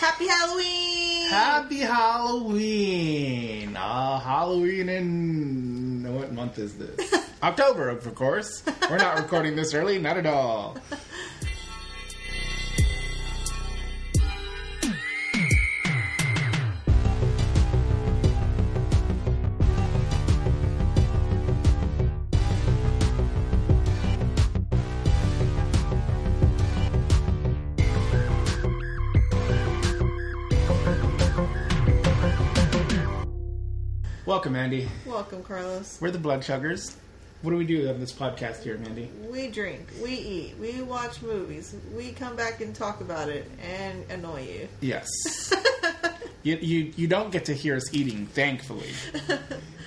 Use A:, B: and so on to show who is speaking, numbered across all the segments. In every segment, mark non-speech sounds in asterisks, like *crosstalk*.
A: Happy Halloween!
B: Happy Halloween! Uh, Halloween in. What month is *laughs* this? October, of course. We're not recording this early, not at all. Welcome, Mandy.
A: Welcome, Carlos.
B: We're the Blood Chuggers. What do we do on this podcast here, Mandy?
A: We drink, we eat, we watch movies, we come back and talk about it and annoy you.
B: Yes. *laughs* you, you, you don't get to hear us eating, *laughs* thankfully.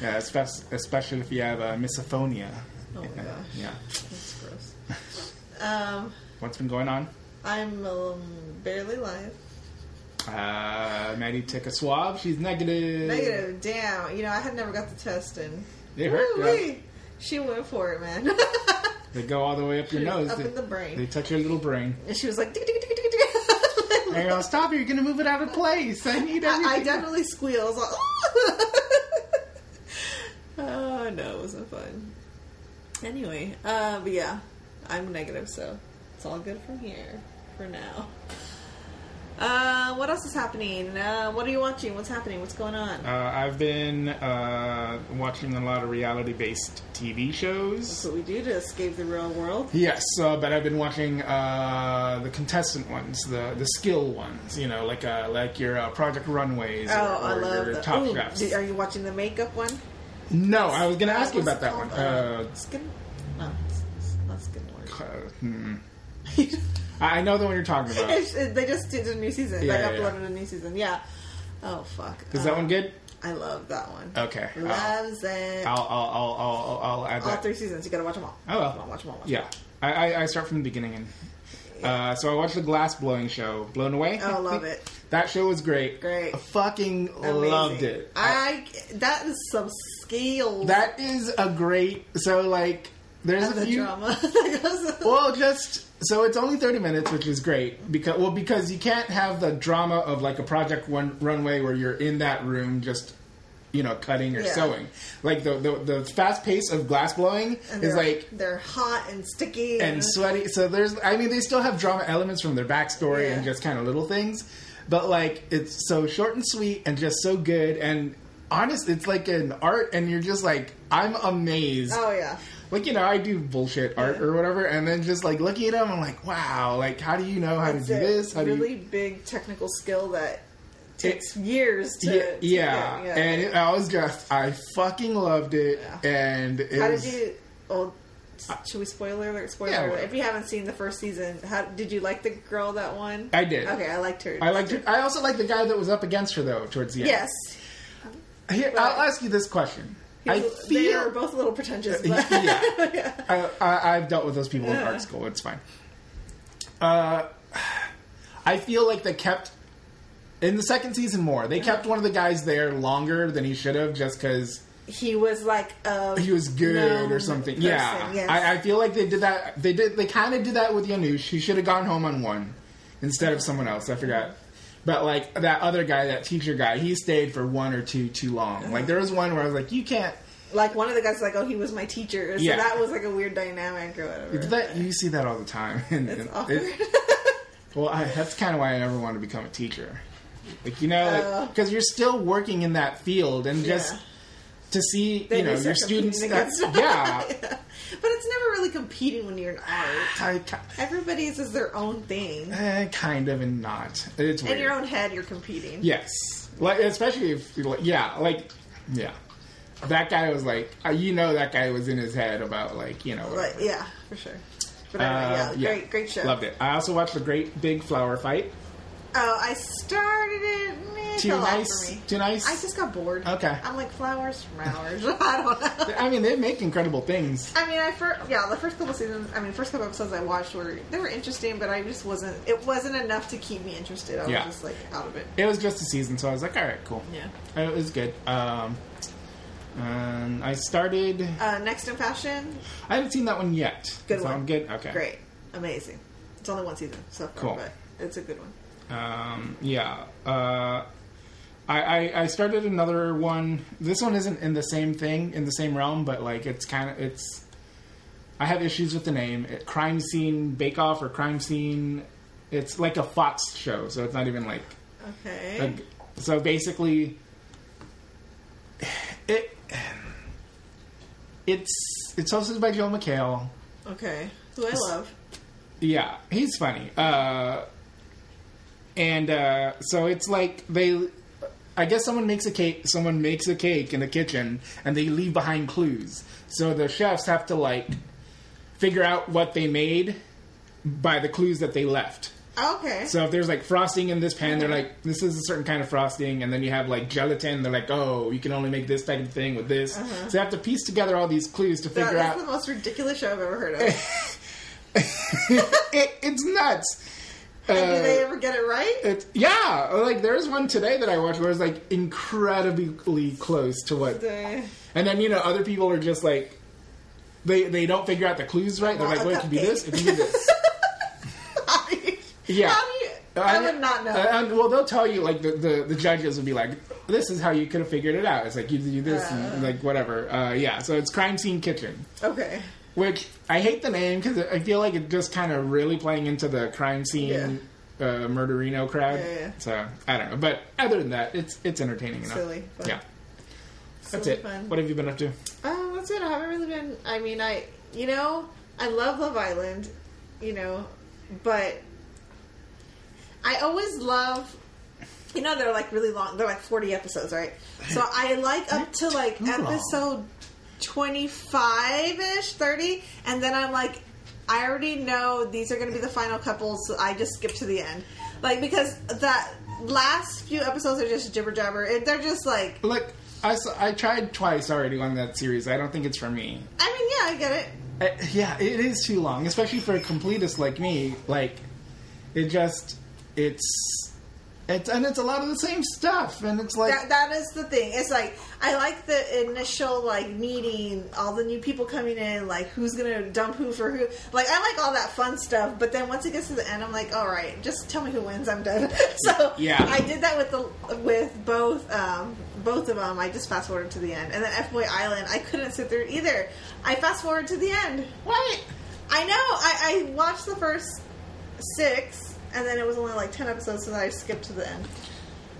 B: Yeah, especially, especially if you have uh, misophonia.
A: Oh my
B: yeah.
A: gosh.
B: Yeah.
A: That's gross. um,
B: What's been going on?
A: I'm um, barely live.
B: Uh, Maddie took a swab. She's negative.
A: Negative, damn. You know, I had never got the test in.
B: They hurt, yeah.
A: Woo-wee. She went for it, man. *laughs*
B: They go all the way up your nose.
A: up
B: they,
A: in the brain.
B: They touch your little brain.
A: and she was like, "Tick, tick, tick, tick, tick, *laughs* tick."
B: And you're all, stop it, you're going to move it out of place. I need
A: *laughs*
B: everything.
A: I, I definitely squeals. Like, *laughs* oh no, it wasn't fun. Anyway, uh, but yeah, I'm negative, so it's all good from here for now. Uh, what else is happening? Uh, what are you watching? What's happening? What's going on?
B: Uh, I've been uh, watching a lot of reality based TV
A: That's
B: shows.
A: what we do to escape the real world.
B: Yes, uh, but I've been watching uh, the contestant ones, the the skill ones. You know, like uh, like your uh, Project Runways or,
A: Oh, I
B: or
A: love
B: your
A: the. uh,
B: Top
A: Ooh,
B: Chefs.
A: did- are you watching the makeup one?
B: no, I was going to ask you
A: What's
B: about
A: it
B: that
A: called?
B: one. Uh,
A: skin. No, it's, it's not skin
B: uh,
A: Wars.
B: hmm. I I know the one you're talking
A: *laughs*
B: about.
A: It's- it- they just did a new season.
B: Yeah,
A: like
B: yeah,
A: uploaded a new season. Yeah. Oh fuck.
B: Is
A: Uh,
B: that one good?
A: I love that one.
B: Okay. I'll, I'll,
A: Loves it.
B: I'll, I'll, I'll, I'll add
A: all
B: that.
A: three seasons. You gotta watch them all.
B: Oh, well.
A: Come on, watch them all. Watch
B: Yeah, I, I, I start from the beginning. And, uh, so I watched the glass blowing show, Blown Away.
A: Them all. Oh, love it.
B: *laughs* That show was great.
A: Great.
B: I fucking
A: Amazing.
B: loved it. Uh,
A: I that is some skill.
B: that is a great. So like, there's
A: of
B: a
A: the
B: few.
A: drama. *laughs* That goes-
B: Well, just so it's only thirty minutes, which is great because well because you can't have the drama of like a project one runway where you're in that room just you know cutting or
A: Yeah.
B: sewing. Like the the, the fast pace of glass blowing
A: And
B: is
A: they're-
B: like
A: they're hot and sticky
B: and sweaty. So there's, I mean, they still have drama elements from their backstory
A: Yeah.
B: and just kind of little things, but like it's so short and sweet and just so good and honest. It's like an art, and you're just like, I'm amazed.
A: oh yeah.
B: Like you know, I do bullshit art
A: Yeah.
B: or whatever, and then just like looking at them, I'm like, wow, like how do you know how
A: It's
B: to do
A: a
B: this? How do
A: really
B: you?
A: big technical skill that takes years to
B: *laughs* yeah,
A: to
B: yeah.
A: get, yeah.
B: and it, I was just, I fucking loved it,
A: Yeah.
B: and it
A: How
B: was,
A: did you? Well, s- should we spoiler alert? Spoiler
B: Yeah,
A: alert.
B: whatever.
A: If you haven't seen the first season, how did you like the girl that won?
B: I did.
A: Okay, I liked her.
B: I liked. It. I also liked the guy that was up against her though, towards the end.
A: Yes,
B: Here,
A: Right.
B: I'll ask you this question. I
A: People- they are
B: feel
A: both a little pretentious. But
B: *laughs* yeah. I, I, I've dealt with those people in
A: Yeah.
B: art school. It's fine. Uh, I feel like they kept in the second season more. They kept one of the guys there longer than he should have, just because
A: he was like a
B: he was good
A: known
B: or something.
A: person,
B: yeah,
A: yes.
B: I, I feel like they did that. They did. They kind of did that with Yanush. He should have gone home on one instead of someone else. I forgot. But like that other guy, that teacher guy, he stayed for one or two too long. Like there was one where I was like, you can't.
A: like one of the guys like oh he was my teacher. So
B: Yeah.
A: that was like a weird dynamic or whatever.
B: But that you see that all the time. *laughs* And,
A: It's
B: and
A: awkward. *laughs*
B: it- well, I, that's kind of why I never want to become a teacher. Like you know,
A: Oh.
B: because you're still working in that field, and just
A: Yeah.
B: to see
A: Then
B: you know
A: they
B: your
A: start competing
B: students.
A: against-
B: that-
A: *laughs*
B: yeah,
A: but it's never really competing when you're in art.
B: I, ki-
A: Everybody's is their own thing.
B: eh, kind of and not. It's weird.
A: In your own head, you're competing.
B: yes, like especially if like, yeah, like yeah, that guy was like uh, you know that guy was in his head about like you know whatever.
A: But yeah, for sure. But anyway,
B: Uh,
A: yeah, great, great show.
B: Loved it. I also watched the Great Big Flower Fight.
A: Oh, I started it. eh, it
B: Too
A: fell off
B: nice.
A: For me.
B: Too nice.
A: I just got bored.
B: Okay.
A: I'm like flowers from hours. *laughs* I don't know.
B: I mean, they make incredible things.
A: I mean, I first yeah, the first couple seasons. I mean, first couple episodes I watched were they were interesting, but I just wasn't. It wasn't enough to keep me interested. I was
B: Yeah.
A: just like out of it.
B: It was just a season, so I was like, all right, cool.
A: Yeah.
B: Oh, It was good. Um, um, I started.
A: Uh, next in fashion,
B: I haven't seen that one yet.
A: Good
B: so
A: one.
B: I'm good. Okay.
A: great, amazing. It's only one season so far,
B: Cool.
A: but it's a good one.
B: Um, yeah. Uh, I, I, I started another one. This one isn't in the same thing, in the same realm, but like it's kind of it's. I have issues with the name. It, crime scene Bake Off or crime scene. It's like a Fox show, so it's not even like.
A: Okay.
B: a- so basically, it it's it's hosted by Joe McHale.
A: okay. Who I love.
B: Yeah, he's funny. Uh, and uh, so it's like they, I guess someone makes a cake. Someone makes a cake in the kitchen, and they leave behind clues. So the chefs have to like figure out what they made by the clues that they left.
A: Okay.
B: So if there's like frosting in this pan, they're like, this is a certain kind of frosting, and then you have like gelatin. They're like, oh, you can only make this type of thing with this. So you have to piece together all these clues to
A: That-
B: figure
A: that's *laughs*
B: out.
A: the most ridiculous show I've ever heard
B: *laughs*
A: of.
B: It, it's nuts.
A: and
B: Uh,
A: do they ever get it right?
B: It's yeah, like there's one today that I watched where it's like incredibly close to what,
A: The-
B: and then you know other people are just like, they they don't figure out the clues right. They're
A: Well,
B: like,
A: a
B: well, it can be
A: cupcake.
B: this, it can be this. Yeah.
A: How do you? I would not know.
B: Uh, and- well, they'll tell you like the, the the judges would be like, this is how you could have figured it out. It's like you do this, and, like whatever. Uh, yeah, so it's crime scene kitchen.
A: okay.
B: Which I hate the name because I feel like it's just kind of really playing into the crime scene
A: Yeah.
B: uh, murderino crowd.
A: Yeah, yeah.
B: So I don't know, but other than that, it's it's entertaining enough.
A: Silly, fun.
B: yeah. That's
A: Silly
B: it.
A: Fun.
B: What have you been up to?
A: Um, that's it. I haven't really been. I mean, I you know I love Love Island, you know, but I always love. You know they're like really long. They're like forty episodes, right?
B: *laughs*
A: So I like up to like
B: too long.
A: episode twenty five ish, thirty, and then I'm like, I already know these are going to be the final couples. So I just skip to the end, like because that last few episodes are just jibber jabber. It- They're just like
B: Look, I s- I tried twice already on that series. I don't think it's for me.
A: I mean, yeah, I get it.
B: I, Uh, yeah, it is too long, especially for a completist like me. Like, it just it's it's and it's a lot of the same stuff, and it's like.
A: That, that is the thing. It's like I like the initial like meeting, all the new people coming in, like who's gonna dump who for who. Like I like all that fun stuff, but then once it gets to the end, I'm like, all right, just tell me who wins. I'm done. *laughs* so
B: Yeah.
A: I did that with the with both um, both of them. I just fast forwarded to the end, and then F Boy Island, I couldn't sit through either. I fast forward to the end.
B: what?
A: I know. I, I watched the first six, and then it was only like ten episodes, so then I skipped to the end.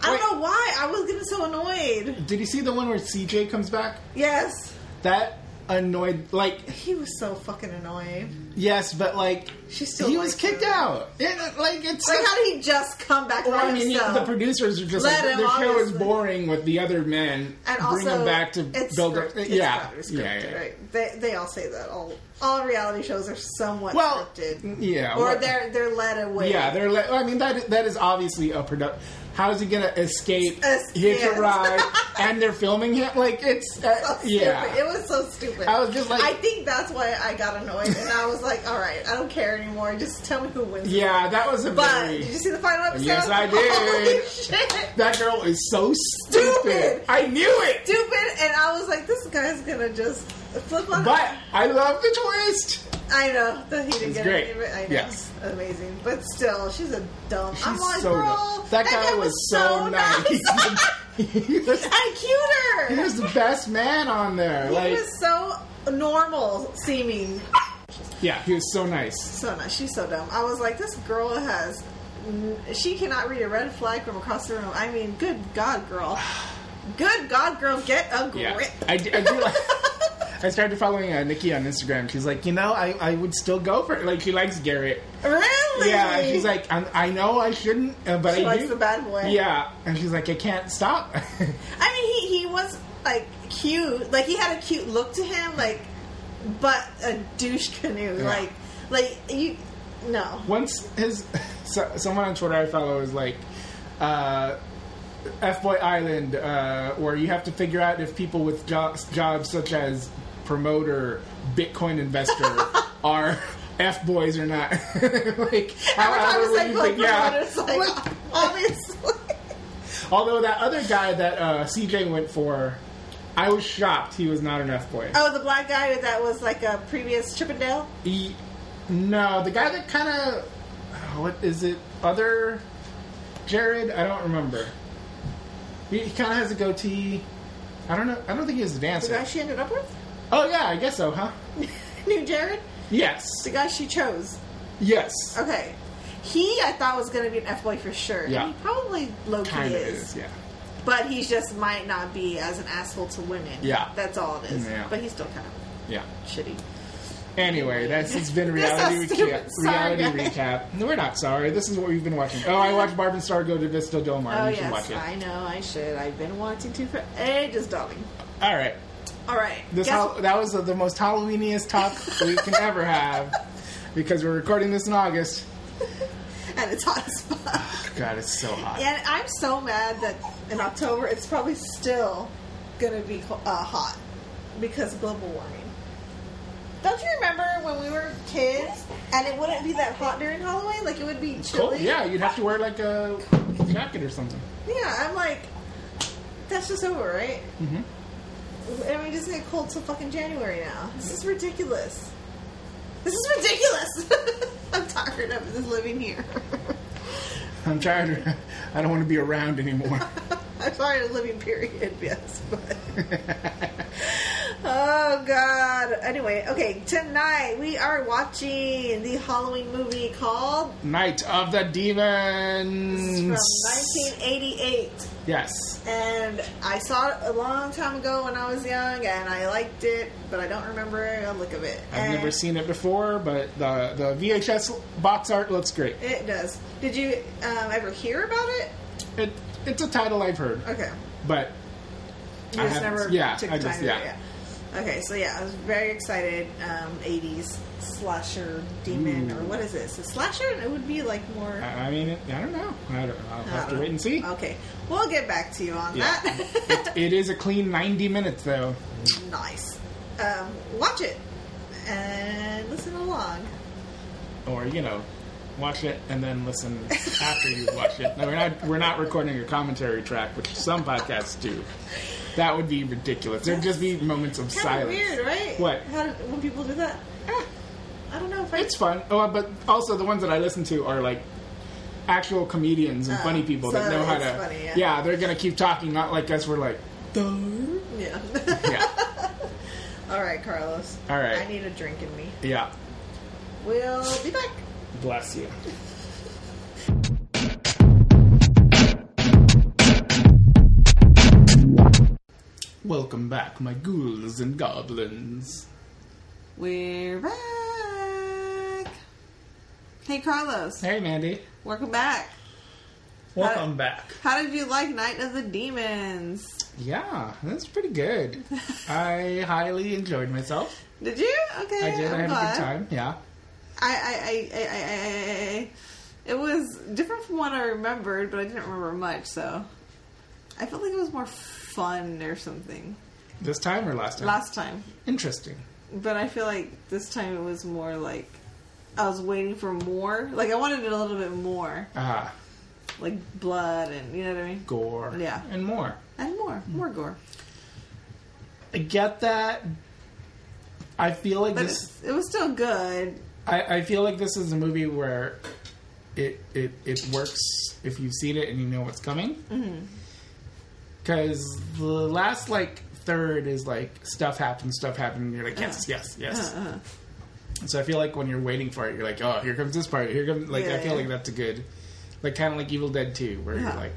A: I
B: Wait.
A: don't know why. I was getting so annoyed.
B: Did you see the one where CJ comes back?
A: Yes,
B: That annoyed. Like,
A: he was so fucking annoying.
B: yes, but like
A: She still
B: he was
A: likes
B: kicked
A: him.
B: out. It, like it's
A: Like, how did he just come back by
B: Well, I mean,
A: himself?
B: the producers are just
A: Let
B: like
A: him,
B: the show is
A: obviously.
B: boring with the other men.
A: and
B: bring
A: also,
B: them back to
A: it's
B: build up.
A: script- it's
B: yeah.
A: probably
B: yeah,
A: scripted,
B: yeah.
A: Right? They they all say that all all reality shows are somewhat
B: Well,
A: scripted.
B: yeah,
A: or
B: well-
A: they're they're led away.
B: Yeah, they're. Like, I mean, that that is obviously a product. How is he gonna escape?
A: Es-
B: hitch
A: yes. *laughs*
B: a ride, and they're filming him. Like it's
A: *laughs* so
B: uh,
A: stupid. It
B: yeah.
A: was so stupid.
B: I was just like-
A: I think that's why I got annoyed, and I was like, all right, I don't care anymore. Just tell me who wins.
B: Yeah, that was a
A: But
B: very.
A: did you see the final episode?
B: Yes, I did.
A: *laughs* Holy shit.
B: that girl is so stupid.
A: Stupid.
B: I knew it.
A: Stupid, and I was like, this guy's gonna just flip on.
B: But I love the twist.
A: I know that he didn't
B: It's
A: get
B: great.
A: any of it. I know,
B: Yes.
A: amazing. But still, she's a dumb. I'm
B: She's
A: like,
B: so
A: girl,
B: dumb. That, guy was, so nice. *laughs*
A: *laughs*
B: he, was,
A: and cuter.
B: he was the best man on there.
A: He
B: like,
A: was so normal seeming.
B: yeah, he was so nice.
A: So nice. She's so dumb. I was like, this girl has. She cannot read a red flag from across the room. I mean, good God, girl. Good God, girl, get a grip.
B: Yeah, I, do- I do like. I started following uh, Nikki on Instagram. She's like, you know, I, I would still go for it. Like, she likes Garrett.
A: Really?
B: Yeah, she's like, I'm, I know I shouldn't, uh, but
A: she
B: I
A: likes
B: do.
A: the bad boy.
B: Yeah, and she's like, I can't stop. *laughs*
A: I mean, he he was like cute. Like he had a cute look to him. Like, but a douche canoe.
B: Yeah.
A: Like, like you. No.
B: Once his so, someone on Twitter I follow is like, uh, "F Boy Island," uh, where you have to figure out if people with jo- jobs such as promoter,
A: *laughs*
B: Bitcoin investor, are F boys or not. *laughs* like, how,
A: Every time
B: how
A: I
B: would
A: say
B: you
A: like,
B: think- yeah.
A: it's like obviously. *laughs*
B: Although that other guy that uh, CJ went for, I was shocked he was not an F boy.
A: Oh, the black guy that was like a previous Chippendale.
B: He, no, the guy that kind of what is it? Other Jared? I don't remember. He, he kind of has a goatee. I don't know. I don't think he was a
A: The
B: dancer.
A: guy she ended up with?
B: Oh yeah, I guess so, huh?
A: New Jared?
B: Yes.
A: The guy she chose.
B: Yes.
A: Okay. He, I thought, was going to be an F boy for sure.
B: Yeah.
A: And he probably low key
B: Kind of
A: is.
B: is. Yeah.
A: But he just might not be as an asshole to women.
B: Yeah.
A: That's all it is.
B: Yeah.
A: But he's still kind of
B: Yeah.
A: shitty.
B: Anyway, that's it's
A: *laughs*
B: been
A: This is
B: reality
A: stupid.
B: recap.
A: Sorry,
B: Reality recap. No, we're not sorry. This is what we've been watching. Oh, I watched Barb and Star go to Vista Del Mar.
A: Oh,
B: you should
A: yes.
B: watch it.
A: I know, I should. I've been wanting to for ages, darling.
B: All right.
A: All right.
B: This
A: guess
B: hol- that was the, the most Halloweeniest talk we can ever have because we're recording this in August.
A: what? *laughs* And it's hot as fuck.
B: God, it's so hot.
A: And I'm so mad that in October it's probably still gonna be co- uh, hot because of global warming. Don't you remember when we were kids and it wouldn't be that hot during Halloween? Like it would be
B: Cold.
A: chilly.
B: Yeah, you'd have to wear like a jacket or something.
A: Yeah, I'm like, that's just over, right?
B: Mhm.
A: And we just get cold till fucking January now. This is ridiculous. This is ridiculous. *laughs* I'm tired of this living here. *laughs*
B: I'm tired. *laughs* I don't want to be around anymore. *laughs*
A: I'm tired of living, period. *laughs* Yes, but. Oh God! Anyway, okay. Tonight we are watching the Halloween movie called
B: Night of the
A: this
B: Demons.
A: is from 1988,
B: Yes.
A: and I saw it a long time ago when I was young, and I liked it, but I don't remember a look of it.
B: I've never
A: And
B: seen it before, but the the VHS box art looks great.
A: It does. Did you um, ever hear about it?
B: It it's a title I've heard,
A: Okay.
B: but
A: You
B: I
A: just
B: haven't-
A: never
B: yeah,
A: took
B: I
A: the
B: just-
A: time to
B: yeah.
A: do it. yeah. Okay, so yeah, I was very excited. Um, 80s slasher demon, or what is it? So slasher, it would be like more.
B: I, I mean, it, I don't know. I don't,
A: I
B: I'll Uh, have
A: don't
B: to
A: know.
B: wait and see.
A: Okay, we'll get back to you on
B: Yeah.
A: that. *laughs*
B: It is a clean 90 minutes though.
A: nice. Um, watch it and listen along.
B: or you know, watch it and then listen *laughs* after you watch it. No, we're not we're not recording a commentary track, which some podcasts do. That would be ridiculous. There'd just be moments of
A: Kind of
B: silence.
A: weird, right?
B: What?
A: How do, when people do that? Ah,
B: Eh,
A: I don't know if I.
B: it's fun. Oh, but also the ones that I listen to are like actual comedians and
A: Oh,
B: funny people
A: so
B: that know how
A: it's
B: to.
A: funny, yeah.
B: they're gonna keep talking, not like us. We're like, *laughs* "Duh."
A: Mm, yeah. *laughs*
B: yeah,
A: All right, Carlos.
B: All right.
A: I need a drink in me.
B: yeah.
A: We'll be back.
B: Bless you. Welcome back, my ghouls and goblins.
A: We're back. Hey, Carlos.
B: Hey, Mandy.
A: Welcome back.
B: Welcome back.
A: How did you like Night of the Demons?
B: Yeah, that's pretty good. I highly enjoyed myself.
A: Did you? Okay.
B: I did.
A: I'm
B: I had
A: glad.
B: a good time. Yeah.
A: I, I, I, I, I, I, I, it was different from what I remembered, but I didn't remember much, so I felt like it was more fun or something
B: This time or last time?
A: last time.
B: Interesting.
A: But I feel like this time it was more like I was waiting for more. Like I wanted it a little bit more,
B: Ah,
A: like blood and you know what I mean,
B: gore.
A: Yeah.
B: And more.
A: and more,
B: Hmm.
A: more gore.
B: I get that. I feel like
A: But
B: this.
A: it's, it was still good.
B: I, I feel like this is a movie where it it, it works if you've seen it and you know what's coming.
A: Mm-hmm.
B: Because the last like third is like stuff happens, stuff happens, and you're like yes, yes, yes.
A: Uh-huh.
B: And so I feel like when you're waiting for it, you're like oh, here comes this part. Here comes like I
A: Yeah,
B: feel
A: yeah.
B: like that's a good, like kind of like Evil Dead Two, where you're
A: Uh-huh.
B: like,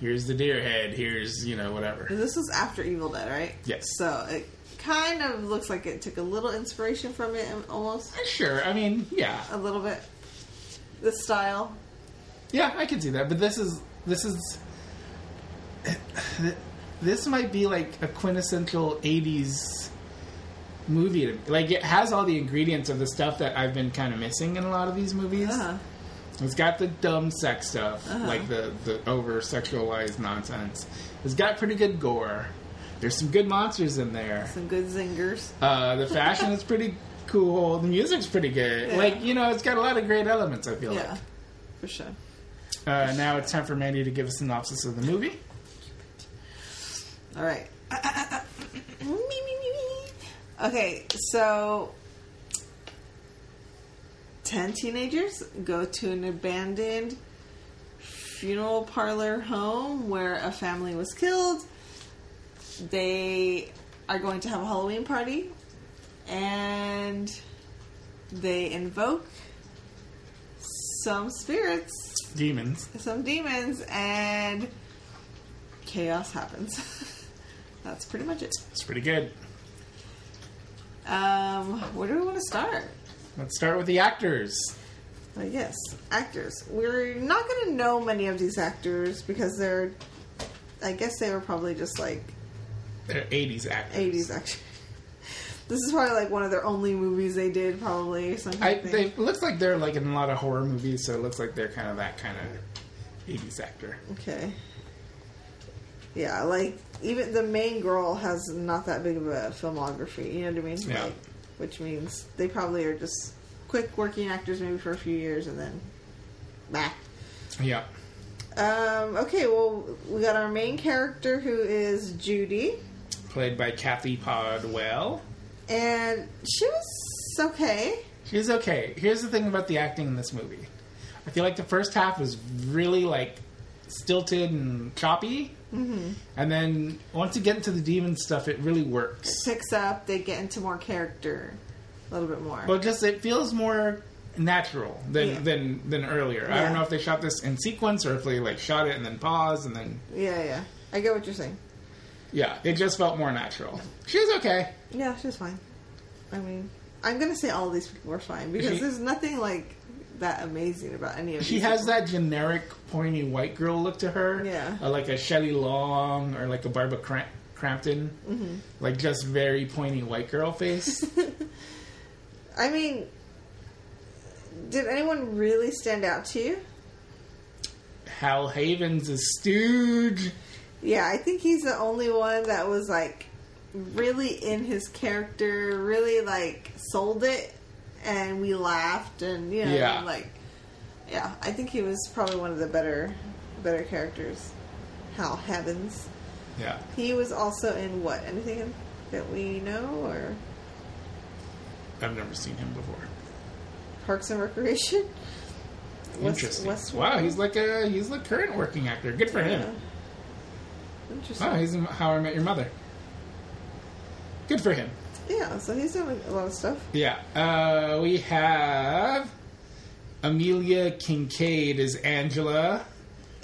B: here's the deer head, here's you know whatever.
A: This was after Evil Dead, right?
B: Yes.
A: So it kind of looks like it took a little inspiration from it, um, almost
B: Sure, I mean yeah,
A: a little bit. The style,
B: Yeah, I can see that. But this is this is this might be like a quintessential '80s movie. to- Like it has all the ingredients of the stuff that I've been kind of missing in a lot of these movies.
A: uh-huh.
B: It's got the dumb sex stuff, like the the over sexualized nonsense. It's got pretty good gore. There's some good monsters in there.
A: some good zingers.
B: Uh, the fashion is pretty cool. The music's pretty good.
A: Yeah.
B: Like you know, it's got a lot of great elements. I feel like.
A: Yeah, for sure.
B: Uh, now it's time for Mandy to give a synopsis of the movie.
A: All right. me, me, me, me. Okay, so 10 teenagers go to an abandoned funeral parlor home where a family was killed. They are going to have a Halloween party and they invoke some spirits,
B: Demons.
A: some demons, and chaos happens. *laughs* That's pretty much it.
B: It's pretty good.
A: Um, where do we want to start?
B: Let's start with the actors.
A: I guess actors. We're not going to know many of these actors because they're. I guess they were probably just like
B: They're 80s actors.
A: 80s actors. *laughs* This is probably like one of their only movies they did, probably. Something.
B: I, they it looks like they're like in a lot of horror movies, so it looks like they're kind of that kind of 80s actor.
A: Okay. Yeah, like even the main girl has not that big of a filmography. You know what I mean?
B: Yeah.
A: Like, which means they probably are just quick working actors, maybe for a few years, and then back.
B: Yeah.
A: Um, okay, well, we got our main character who is Judy,
B: Played by Kathy Podwell.
A: and she was okay.
B: She's okay. Here's the thing about the acting in this movie. I feel like the first half was really like stilted and choppy, mm-hmm. and then once you get into the demon stuff, it really works.
A: Picks up, they get into more character a little bit more.
B: But just it feels more natural than
A: Yeah.
B: than than earlier. I
A: Yeah.
B: don't know if they shot this in sequence or if they like shot it and then paused and then
A: yeah, yeah. I get what you're saying.
B: yeah, it just felt more natural. She was okay.
A: Yeah, she was fine. I mean, I'm gonna say all these people were fine because
B: She-
A: there's nothing like that amazing about any of.
B: She
A: these
B: has
A: people.
B: that generic pointy white girl look to her.
A: Yeah.
B: Uh, like a Shelley Long or like a Barbara Cramp- Crampton.
A: Mm-hmm.
B: Like just very pointy white girl
A: *laughs*
B: face.
A: I mean, did anyone really stand out to you?
B: Hal Havens is stooge.
A: Yeah, I think he's the only one that was like really in his character, really like sold it, and we laughed and you know
B: Yeah.
A: like yeah, I think he was probably one of the better better characters. Hal Heavens.
B: Yeah.
A: He was also in what? Anything that we know or
B: I've never seen him before.
A: Parks and Recreation? West-
B: Interesting.
A: Westworld?
B: wow, he's like a he's the current working actor. Good for
A: Yeah.
B: him.
A: Interesting.
B: Wow, Ah, he's in How I Met Your Mother. Good for him.
A: yeah, so he's doing a lot of stuff.
B: Yeah. Uh, we have Amelia Kincaid is Angela.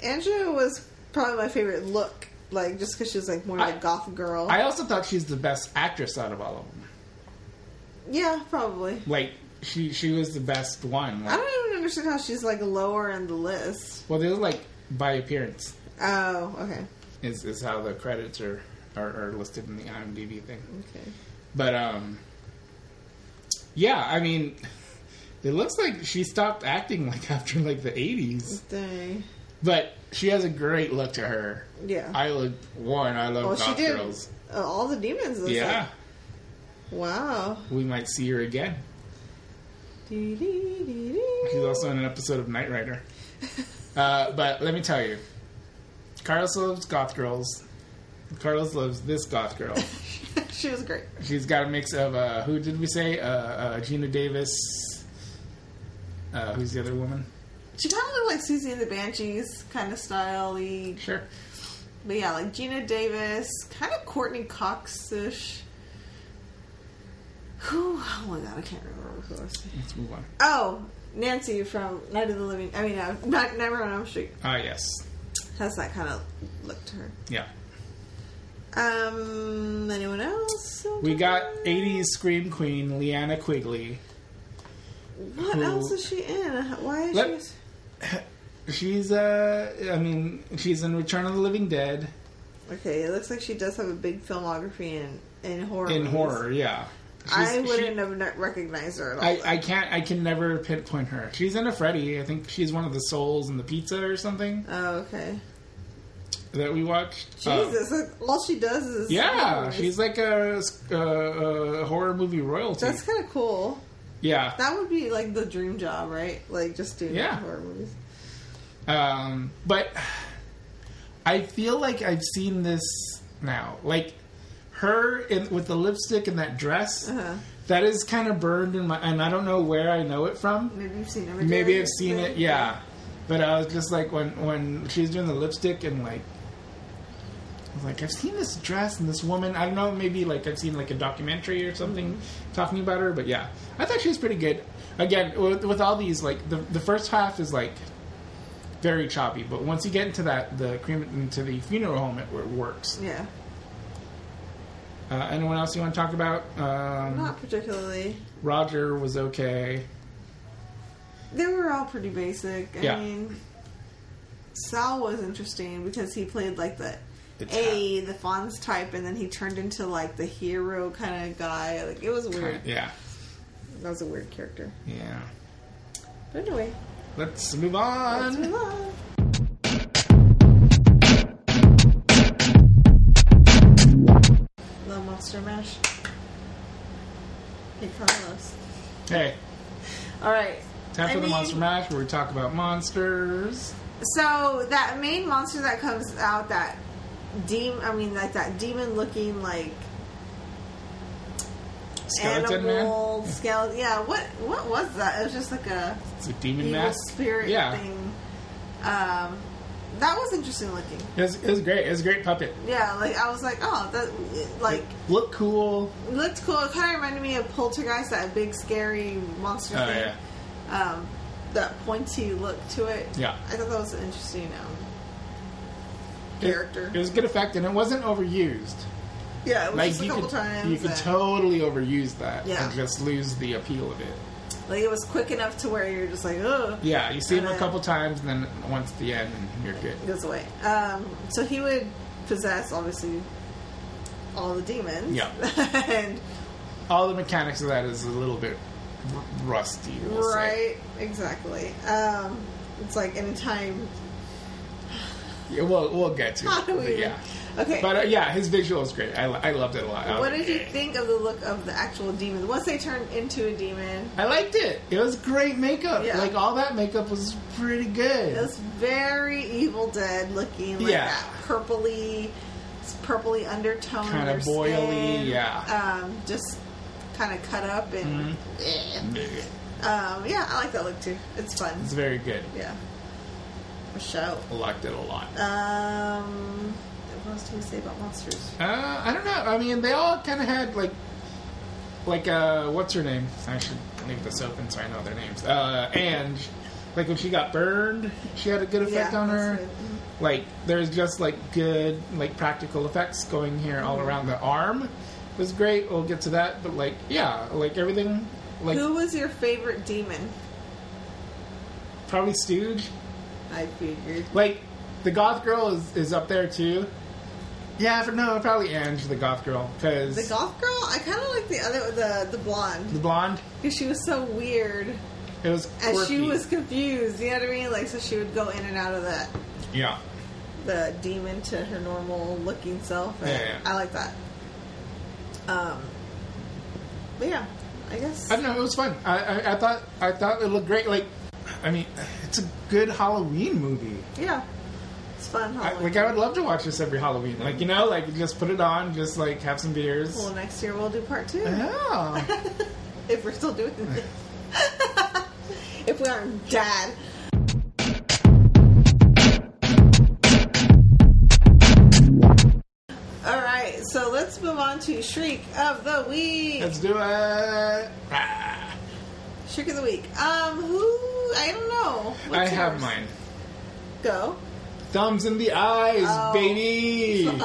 A: Angela was probably my favorite look, like just because she was like more of
B: I-
A: a goth girl.
B: I also thought she's the best actress out of all of them.
A: yeah, probably.
B: Like she she was the best one.
A: I
B: Like,
A: don't even understand how she's like lower in the list.
B: well, they're like by appearance
A: Oh, okay,
B: is is how the credits are, are are listed in the IMDb thing.
A: okay.
B: But um, yeah, I mean, *laughs* it looks like she stopped acting like *laughs* after like the eighties.
A: Dang.
B: But she has a great look to her.
A: Yeah.
B: I look one. I love
A: well, she
B: goth
A: did
B: girls.
A: uh, all the demons. It was
B: Yeah,
A: Like, wow.
B: we might see her again.
A: Dee, dee, dee, dee.
B: She's also in an episode of
A: *laughs*
B: Knight Rider. Uh, but let me tell you, Carlos loves goth girls. Carlos loves this
A: *laughs*
B: goth girl.
A: she was great.
B: She's got a mix of uh, who did we say? Uh, uh, Gina Davis. Uh, who's the other woman?
A: She kind of looked like Susie and the Banshees, kind of style y.
B: Sure.
A: But yeah, like Gina Davis, kind of Courtney Cox ish. Oh my god, I can't remember who else.
B: Let's move on.
A: Oh, Nancy from Night of the Living. I mean, uh, not Never on Elm Street
B: Ah, yes.
A: has that kind of look to her.
B: Yeah.
A: Um, anyone else?
B: We got 80s Scream Queen, Leanna Quigley.
A: What
B: who-
A: else is she in? Why is
B: Let-
A: she?
B: She's, uh, I mean, she's in Return of the Living Dead.
A: Okay, it looks like she does have a big filmography in in horror.
B: In
A: movies.
B: horror, yeah.
A: I
B: She's- she-
A: wouldn't have not recognized her at all.
B: I, I can't I can never pinpoint her. She's in a Freddy. I think she's one of the souls in the pizza or something
A: oh, okay.
B: that we watched. Um,
A: Jesus, like, all she does is
B: yeah,
A: movies.
B: she's like a, uh uh horror movie royalty.
A: That's kind of cool.
B: yeah.
A: That would be like the dream job, right? Like just doing
B: Yeah.
A: horror movies.
B: Um, but I feel like I've seen this now. Like her in, with the lipstick and that dress.
A: Uh-huh.
B: that is kind of burned in my, and I don't know where I know it from.
A: Maybe you've seen it.
B: Maybe I've seen it, yeah. But I was just like when when she was doing the lipstick and like I was like I've seen this dress and this woman. I don't know, maybe like I've seen like a documentary or something
A: Mm-hmm.
B: talking about her. But yeah, I thought she was pretty good. Again, with, with all these like the the first half is like very choppy, but once you get into that the crem into the funeral home, it, it works.
A: Yeah.
B: Uh, anyone else you want to talk about? Um,
A: Not particularly.
B: Roger was okay.
A: They were all pretty basic. I
B: Yeah.
A: mean, Sal was interesting because he played like the,
B: The type.
A: A, the Fonz type, and then he turned into like the hero kind of guy. Like it was weird.
B: Yeah,
A: That was a weird character.
B: yeah.
A: But anyway,
B: Let's move on.
A: let's move on. The Monster Mash. Hey, Carlos.
B: Hey,
A: All right.
B: time
A: I
B: for the
A: mean-
B: Monster Mash where we talk about monsters.
A: So that main monster that comes out, that demon, I mean, like that demon looking, like,
B: Skeleton Man.
A: animal, skeleton. Yeah, what what was that? It was just like a
B: It's a demon
A: evil
B: mask.
A: spirit
B: yeah.
A: thing. Um, that was interesting looking.
B: It was, it was great. It was a great puppet.
A: Yeah, like, I was like, oh, that, it, like,
B: It looked cool.
A: it looked cool. It kind of reminded me of Poltergeist, that big, scary monster
B: Oh,
A: thing. Um, that pointy look to it.
B: Yeah.
A: I thought that was an interesting um,
B: It-
A: character.
B: It, was a good effect, and it wasn't overused.
A: Yeah, it was
B: Like
A: just a
B: you
A: couple
B: could,
A: times.
B: you could
A: and-
B: totally overuse that
A: Yeah.
B: and just lose the appeal of it.
A: Like it was quick enough to where you're just like, ugh,
B: Yeah, you see him
A: And
B: a
A: then-
B: couple times, and then once at the end, and you're good.
A: it goes away. Um, so he would possess obviously all the demons.
B: Yeah.
A: *laughs* and
B: All the mechanics of that is a little bit r- rusty. we'll say.
A: right, exactly. Um, it's like anytime.
B: Yeah, we'll we'll get
A: *laughs*
B: to
A: How
B: it.
A: do
B: but
A: we?
B: yeah.
A: Okay.
B: But uh, yeah, his visual is great. I, li- I loved it a lot. I was
A: what
B: like,
A: did you
B: "Eh."
A: think of the look of the actual demon? Once they turned into a demon,
B: I liked it. It was great makeup.
A: Yeah.
B: Like all that makeup was pretty good.
A: it was very Evil Dead looking, like
B: Yeah.
A: that purpley, purpley undertone,
B: Kinda
A: under skin,
B: boily, yeah.
A: Um, just kind of cut up and. eh.
B: Mm-hmm. it's
A: Um, yeah, I like that look too. It's fun.
B: very good.
A: Yeah. For show.
B: I liked it a lot.
A: Um, what else do we say about monsters?
B: Uh, I don't know. I mean, they all kind of had like, like uh, what's her name? I should leave this open so I know their names. Uh, and like when she got burned, she had a good effect
A: Yeah,
B: on her.
A: that's good.
B: Like there's just like good like practical effects going here all
A: Mm-hmm.
B: around the arm. Was great. We'll get to that, but like yeah, like everything. Like
A: Who was your favorite demon?
B: probably Stooge.
A: I figured.
B: Like the goth girl is is up there too. Yeah, for, no, probably Ange, the goth girl, because
A: The goth girl. I kind of like the other, the the blonde,
B: the blonde.
A: because she was so weird
B: It was
A: and
B: quirky.
A: Uh, she was confused. You know what I mean? Like, so she would go in and out of that
B: Yeah.
A: the demon to her normal looking self. and
B: Yeah, yeah.
A: I like that. Um, but yeah, I guess.
B: I don't know. It was fun. I, I, I thought I thought it looked great. Like, I mean, it's a good Halloween movie.
A: Yeah. It's fun.
B: I,
A: Halloween.
B: like, I would love to watch this every Halloween. Like, you know, like just put it on, just like have some beers.
A: well, next year we'll do part two. *laughs*
B: Yeah.
A: if we're still doing this. *laughs* if we aren't dead. Alright, so let's move on to Shriek of the Week.
B: Let's do it. Ah.
A: Shriek of the Week. Um, who? I don't know.
B: I
A: What's
B: have
A: yours?
B: mine.
A: Go.
B: Thumbs in the eyes,
A: Oh.
B: baby.
A: *laughs*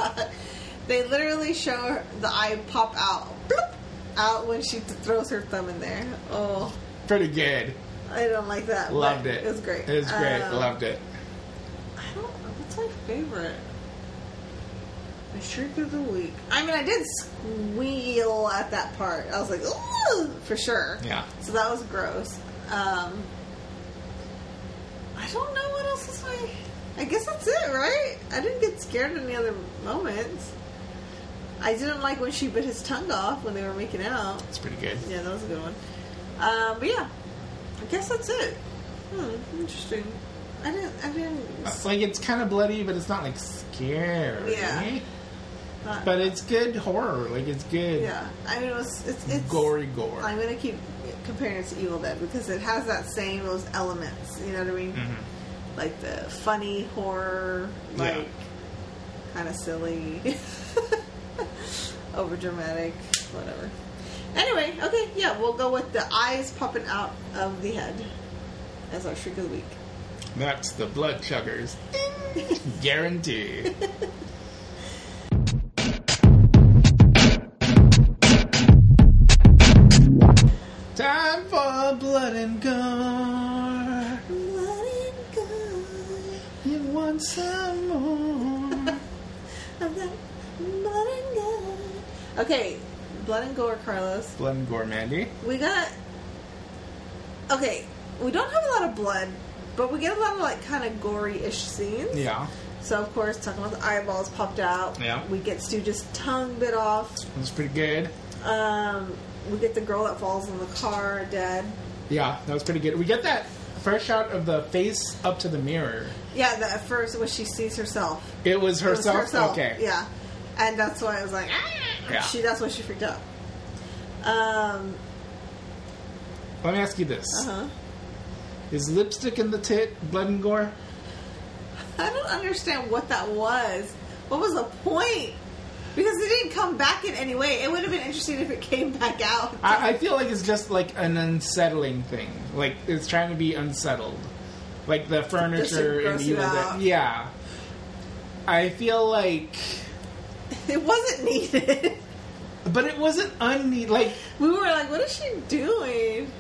A: they literally show her, the eye pop out, bloop, out when she throws her thumb in there. Oh,
B: Pretty good.
A: I don't like that. but
B: Loved it.
A: It was great.
B: It was great.
A: Um,
B: Loved it.
A: I don't. What's my favorite? The shriek of the week. I mean, I did squeal at that part. I was like, ooh, for sure.
B: Yeah.
A: So that was gross. Um, I don't know what else is my. I guess that's it, right? I didn't get scared in any other moments. I didn't like when she bit his tongue off when they were making out.
B: It's pretty good.
A: Yeah, that was a good one. Um, but yeah, I guess that's it. Hmm, interesting. I didn't. I didn't.
B: It's Like, it's kind of bloody, but it's not like scary.
A: Yeah. not-
B: But it's good horror. Like, it's good.
A: yeah, I mean, it was. It's, it's
B: Gory gore.
A: I'm gonna keep comparing it to Evil Dead because it has that same those elements. You know what I mean? like the funny horror, like
B: Mm-hmm. Yeah.
A: kind of silly, *laughs* over dramatic, whatever. Anyway, okay, yeah, we'll go with the eyes popping out of the head as our shriek of the week.
B: That's the blood chuggers.
A: *laughs*
B: Guaranteed. Time for blood and gore.
A: Blood and gore,
B: You want
A: *laughs*
B: some more?
A: of that blood and gore. Okay, blood and gore, Carlos.
B: blood and gore, Mandy.
A: We got okay. We don't have a lot of blood, but we get a lot of like kind of gory-ish scenes.
B: Yeah,
A: So of course, talking about the eyeballs popped out.
B: Yeah.
A: We get Stooge's tongue bit off.
B: that's pretty good.
A: Um, we get the girl that falls in the car dead.
B: Yeah, that was pretty good. We get that first shot of the face up to the mirror.
A: Yeah, the, at first when she sees herself.
B: It was
A: It was
B: herself. Okay.
A: Yeah, and that's why I was like, ah!
B: Yeah.
A: She that's why she freaked out. Um.
B: Let me ask you this:
A: Uh huh.
B: Is lipstick in the tit blood and gore?
A: I don't understand what that was. What was the point? Because it didn't come back in any way. It would have been interesting if it came back out.
B: I, I feel like it's just like an unsettling thing. Like it's trying to be unsettled. Like the furniture and
A: gross you
B: evil
A: out.
B: dead. Yeah. I feel like,
A: It wasn't needed. *laughs*
B: but it wasn't unneeded. Like,
A: We were like, what is she doing?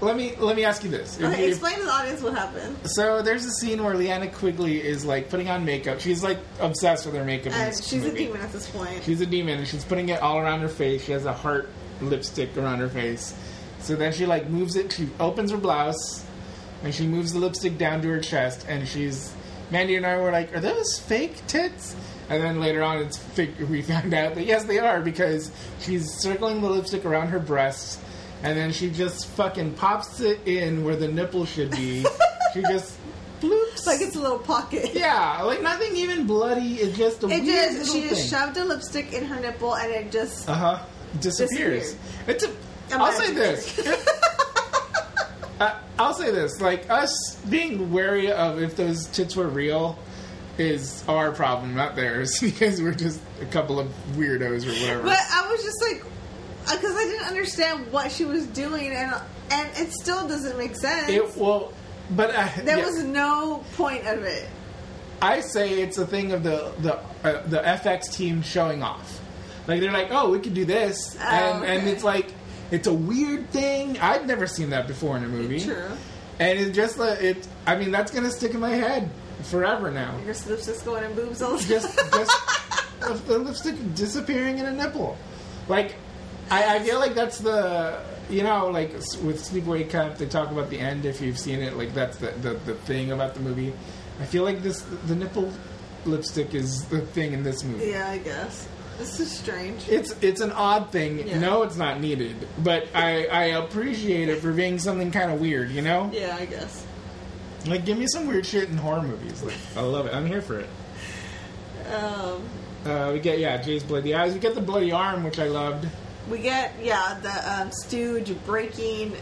B: let me let me ask you this. If
A: Okay,
B: you-
A: explain to the audience what happened.
B: so there's a scene where Leanna Quigley is like putting on makeup. She's like obsessed with her makeup. in
A: And
B: this
A: Uh, she's a
B: movie.
A: demon at this point.
B: She's a demon, and she's putting it all around her face. She has a heart lipstick around her face. So then she like moves it. She opens her blouse, and she moves the lipstick down to her chest. And she's Mandy and I were like, "Are those fake tits?" And then later on, it's fake, *laughs* we found out that yes, they are because she's circling the lipstick around her breasts, and then she just fucking pops it in where the nipple should
A: *laughs*
B: be. she just bloops.
A: It's like it's a little pocket.
B: yeah, like nothing even bloody. It's just a
A: *laughs* It
B: weird
A: just,
B: little
A: she
B: thing.
A: just shoved a lipstick in her nipple and it just,
B: Uh huh. Disappears.
A: Disappeared.
B: It's a.
A: A
B: will say
A: magic
B: this.
A: *laughs*
B: I, I'll say this. Like us being wary of if those tits were real is our problem, not theirs, *laughs* because we're just a couple of weirdos or whatever.
A: but I was just like, because I didn't understand what she was doing and and it still doesn't make sense.
B: it well, but uh,
A: There
B: yeah.
A: was no point of it.
B: I say it's a thing of the the uh, the FX team showing off. Like they're like, oh, we could do this,
A: Oh,
B: and and
A: okay.
B: it's like it's a weird thing. I've never seen that before in a movie.
A: True.
B: And it just uh, it. I mean, that's gonna stick in my head forever now.
A: Your slips just going in boobs all the time.
B: Just just *laughs* the, the lipstick disappearing in a nipple. Like I, I feel like that's the you know like s- with Sleepaway Camp they talk about the end if you've seen it like that's the the, the thing about the movie. I feel like this the nipple lipstick is the thing in this
A: *laughs*
B: movie.
A: Yeah, I guess. This is strange.
B: It's it's an odd thing.
A: Yeah.
B: No, it's not needed, but I I appreciate it for being something kind of weird. You know.
A: Yeah, I guess.
B: Like, give me some weird shit in horror movies. Like, I love it. I'm here for it.
A: Um,
B: Uh, we get yeah, Jay's bloody eyes. We get the bloody arm, which I loved.
A: we get yeah the um, stooge breaking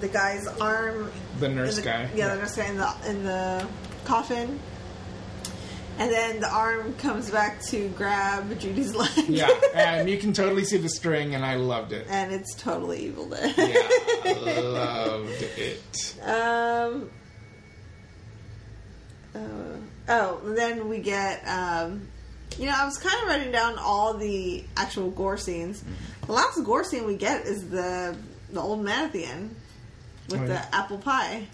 A: the guy's arm.
B: The nurse
A: in the,
B: guy.
A: Yeah, the nurse guy in the in the coffin. And then the arm comes back to grab Judy's *laughs* leg.
B: *laughs* Yeah, and you can totally see the string, and I loved it.
A: and it's totally evil there.
B: Yeah, I loved it.
A: Um. Uh, oh, then we get. Um, you know, I was kind of writing down all the actual gore scenes. The last gore scene we get is the the old man at the end with
B: Oh, yeah.
A: the apple pie.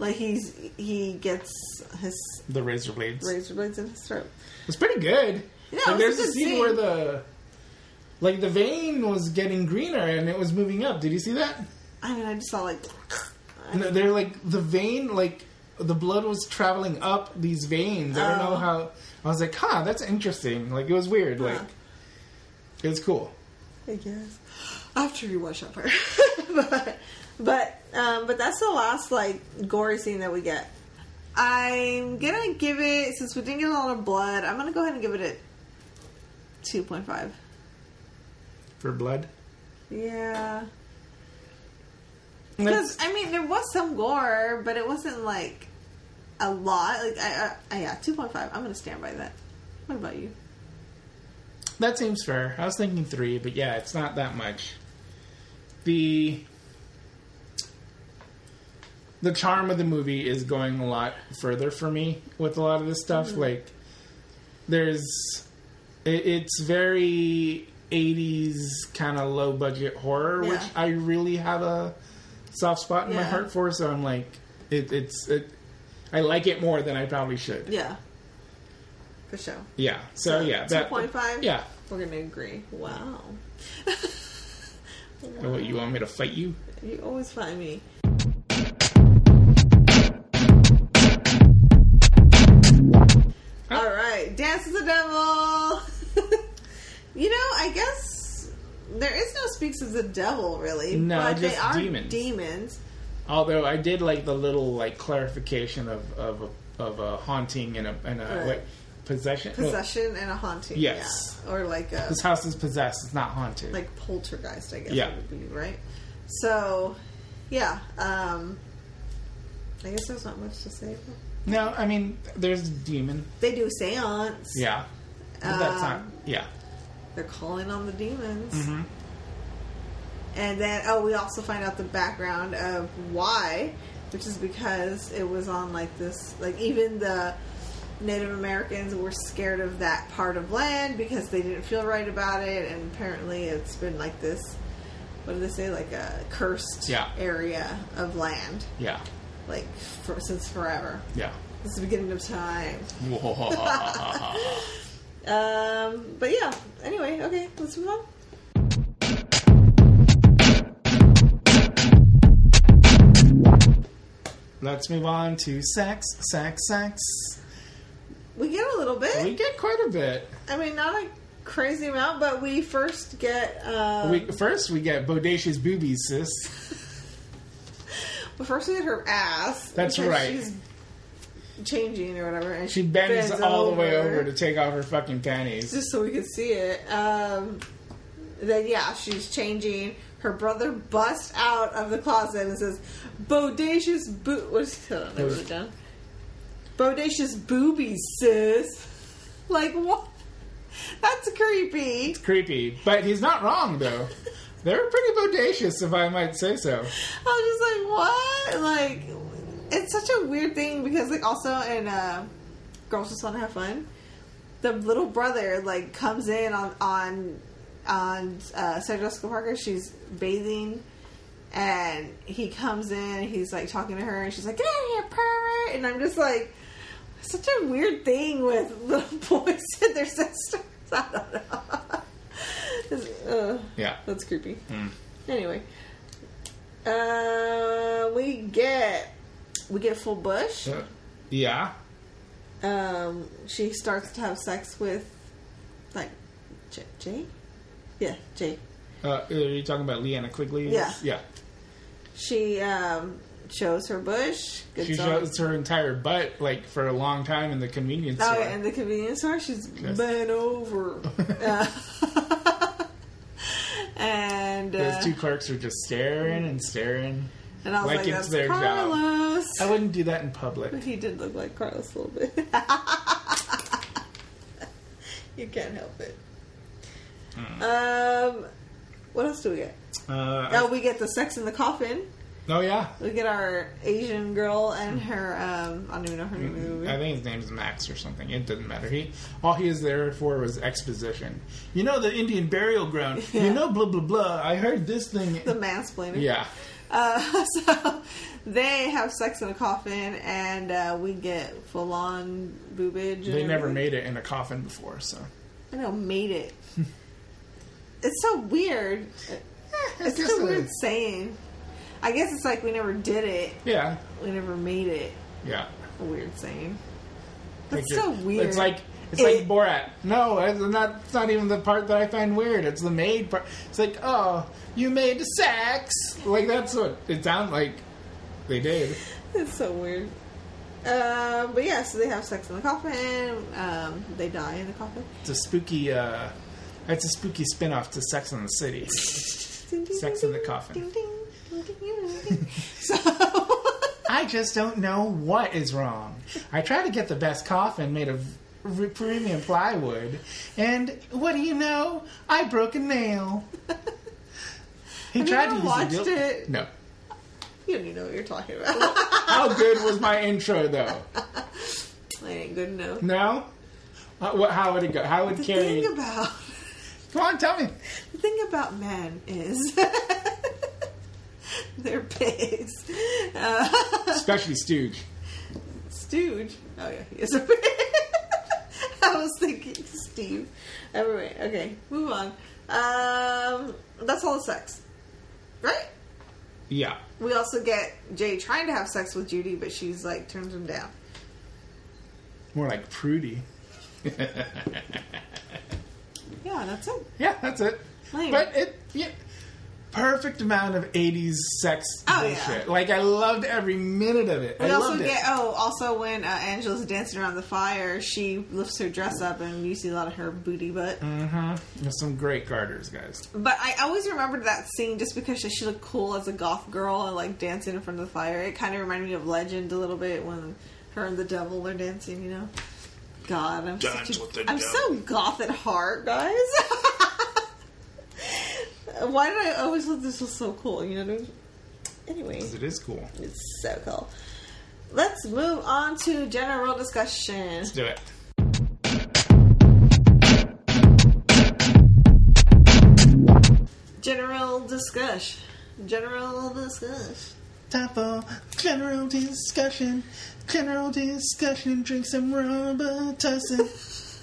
A: Like he's he gets his
B: The razor blades.
A: razor blades in his throat.
B: It's pretty good.
A: Yeah,
B: Like,
A: it was
B: there's
A: a
B: a
A: good
B: scene
A: scene.
B: where the like the vein was getting greener and it was moving up. Did you see that?
A: I mean, I just saw like.
B: No, they're like the vein, like the blood was traveling up these veins. I don't know
A: Oh.
B: how. I was like, huh, that's interesting. Like it was weird. Like
A: Huh.
B: it was cool.
A: I guess. I have to rewatch that part. *laughs* but but um, but that's the last like gory scene that we get. I'm gonna give it since we didn't get a lot of blood, I'm gonna go ahead and give it a two point five.
B: For blood,
A: Yeah.
B: That's-
A: Because I mean there was some gore, but it wasn't like a lot. Like I, I, I yeah, two point five. I'm gonna stand by that. What about you?
B: That seems fair. I was thinking three, but yeah, it's not that much. The the charm of the movie is going a lot further for me with a lot of this stuff.
A: Mm-hmm.
B: Like there's it, it's very 80s kind of low budget horror, which
A: Yeah.
B: I really have a soft spot in my
A: Yeah.
B: heart for. So I'm like, it, it's it, I like it more than I probably should.
A: Yeah, for sure.
B: Yeah. So, yeah, that-
A: 2.5?
B: Yeah.
A: We're gonna agree. Wow,
B: What you want me to fight you?
A: you always find me. All right, dance is the devil. *laughs* you know, I guess there is no speaks as the devil really.
B: No,
A: but they
B: just
A: are
B: demons.
A: Demons.
B: Although I did like the little like clarification of of a, of a haunting and a and a
A: Right.
B: what possession. no,
A: possession and a haunting.
B: Yes.
A: Yeah. Or like a
B: this house is possessed. It's not haunted.
A: like poltergeist, I guess
B: Yeah.
A: it would be, right? So yeah, um I guess there's not much to say.
B: no, I mean there's a demon.
A: They do seance.
B: Yeah, but that's not.
A: Um,
B: Yeah,
A: They're calling on the demons.
B: Mm-hmm.
A: And then oh we also find out the background of why, which is because it was on like this like even the Native Americans were scared of that part of land because they didn't feel right about it and apparently it's been like this what do they say like a cursed
B: Yeah.
A: area of land
B: yeah,
A: like for, since forever.
B: yeah.
A: It's the beginning of time.
B: Whoa.
A: Um, but yeah, anyway, okay, let's move on.
B: Let's move on to sex, sex, sex.
A: We get a little bit.
B: We get quite a bit.
A: I mean, not a crazy amount, but we first get. Um,
B: We first we get bodacious boobies, sis.
A: well, first we get her ass.
B: That's
A: because
B: right.
A: She's changing or whatever, and
B: She bends, all the way over to take off her fucking panties.
A: just so we could see it. Um, then yeah, she's changing. Her brother busts out of the closet and says, "Bodacious boot." What's hold on, I wrote it down. Bodacious boobies, sis. Like what? That's creepy.
B: creepy. But he's not wrong though. They're pretty bodacious, if I might say so.
A: I was just like, what? Like, it's such a weird thing because, like, also in uh, Girls Just Want to Have Fun, the little brother like comes in on on on uh, Sarah Jessica Parker. She's bathing, and he comes in. He's like talking to her, and she's like, "Get out of here, pervert!" And I'm just like, such a weird thing with *laughs* little boys and their sisters. *laughs* I don't know. *laughs* It's- ugh.
B: Yeah.
A: That's creepy. Anyway, uh, we get we get full bush.
B: Uh, Yeah.
A: Um, she starts to have sex with like J- Jay. Yeah, Jay.
B: Uh, are you talking about Leanna Quigley?
A: Yeah.
B: Yeah.
A: She um, shows her bush. Gets
B: She
A: on-
B: shows her entire butt like for a long time in the convenience
A: Oh,
B: store.
A: yeah, and the convenience store, she's
B: Yes.
A: bent
B: *laughs*
A: over. Uh, *laughs* and uh,
B: Those two clerks are just staring and staring.
A: and I was
B: like
A: like,
B: it's
A: "That's
B: their job."
A: Carlos."
B: I wouldn't do that in public.
A: He did look like Carlos a little bit. *laughs* you can't help it.
B: Hmm.
A: Um, what else do we get?
B: Uh,
A: Oh, we get the Sex in the Coffin.
B: oh yeah.
A: We get our Asian girl and her. Um, I don't even know her name. in the movie.
B: Hmm. I think his name's Max or something. It doesn't matter. He all he was there for was exposition. You know the Indian burial ground.
A: *laughs* Yeah.
B: You know blah blah blah. I heard this
A: *laughs*
B: thing.
A: The mansplainer.
B: yeah.
A: Uh, *laughs* so they have sex in a coffin, and uh, we get full on boobage. and
B: They never
A: everything.
B: made it in a coffin before, so.
A: I know, made it. *laughs* it's so
B: *laughs*
A: weird. It's
B: guess
A: such a
B: it
A: weird
B: is.
A: saying. I guess it's like we never did it.
B: Yeah,
A: We never made it.
B: yeah.
A: A weird saying.
B: Like
A: That's
B: it-
A: so weird.
B: It's like it's
A: It-
B: like Borat. No, it's not. It's not even the part that I find weird. It's the made part. It's like, oh, you made sex. Like that's what it sounds like. They did.
A: *laughs* It's so weird. Um, but yeah, so they have sex in the coffin. Um, they die in the coffin.
B: It's a spooky. uh It's a spooky spin-off to Sex and the City. *laughs*
A: Ding, ding,
B: Sex
A: ding,
B: in the
A: ding,
B: coffin.
A: *laughs* ding, ding, ding, ding, ding, ding. so
B: I just don't know what is wrong. I tried to get the best coffin made of r- premium plywood, and what do you know? I broke a
A: *laughs*
B: nail. He
A: Have you
B: tried
A: ever
B: to use a
A: watched
B: guilt-
A: it?
B: No.
A: You don't even know what you're talking about. *laughs*
B: How good was my intro though?
A: I ain't good enough.
B: No. Uh, what, how would it go? How would
A: The
B: Carrie?
A: thing about
B: Come on, tell me.
A: the thing about men is *laughs* they're pigs. Uh, *laughs*
B: Especially Stooge.
A: Stooge. Oh yeah, he is a pig. *laughs* I was thinking Steve. Anyway, okay, move on. Um, that's all the sex, right?
B: Yeah.
A: We also get Jay trying to have sex with Judy, but she's like turns him down.
B: More like Prudy.
A: Yeah, that's it.
B: Yeah, that's it.
A: Lame.
B: But it, yeah, perfect amount of '80s sex
A: Oh,
B: bullshit. Like I loved every minute of it.
A: We
B: I
A: also
B: loved
A: get
B: it.
A: oh, also when uh, Angela's dancing around the fire, she lifts her dress up and you see a lot of her booty butt.
B: Mhm. There's some great garters, guys.
A: But I always remembered that scene just because she, she looked cool as a goth girl and like dancing in front of the fire. It kind of reminded me of Legend a little bit when her and the devil are dancing. You know, God, I'm
B: Dance
A: such a-
B: with the
A: I'm so goth at heart, guys. *laughs* Why did I always thought this was so cool? You know what I mean? Anyway,
B: 'Cause It is cool.
A: it's so cool. Let's move on to general discussion.
B: Do it.
A: General discuss. General discuss.
B: Time for general discussion. General discussion. Drink some *laughs* Robitussin.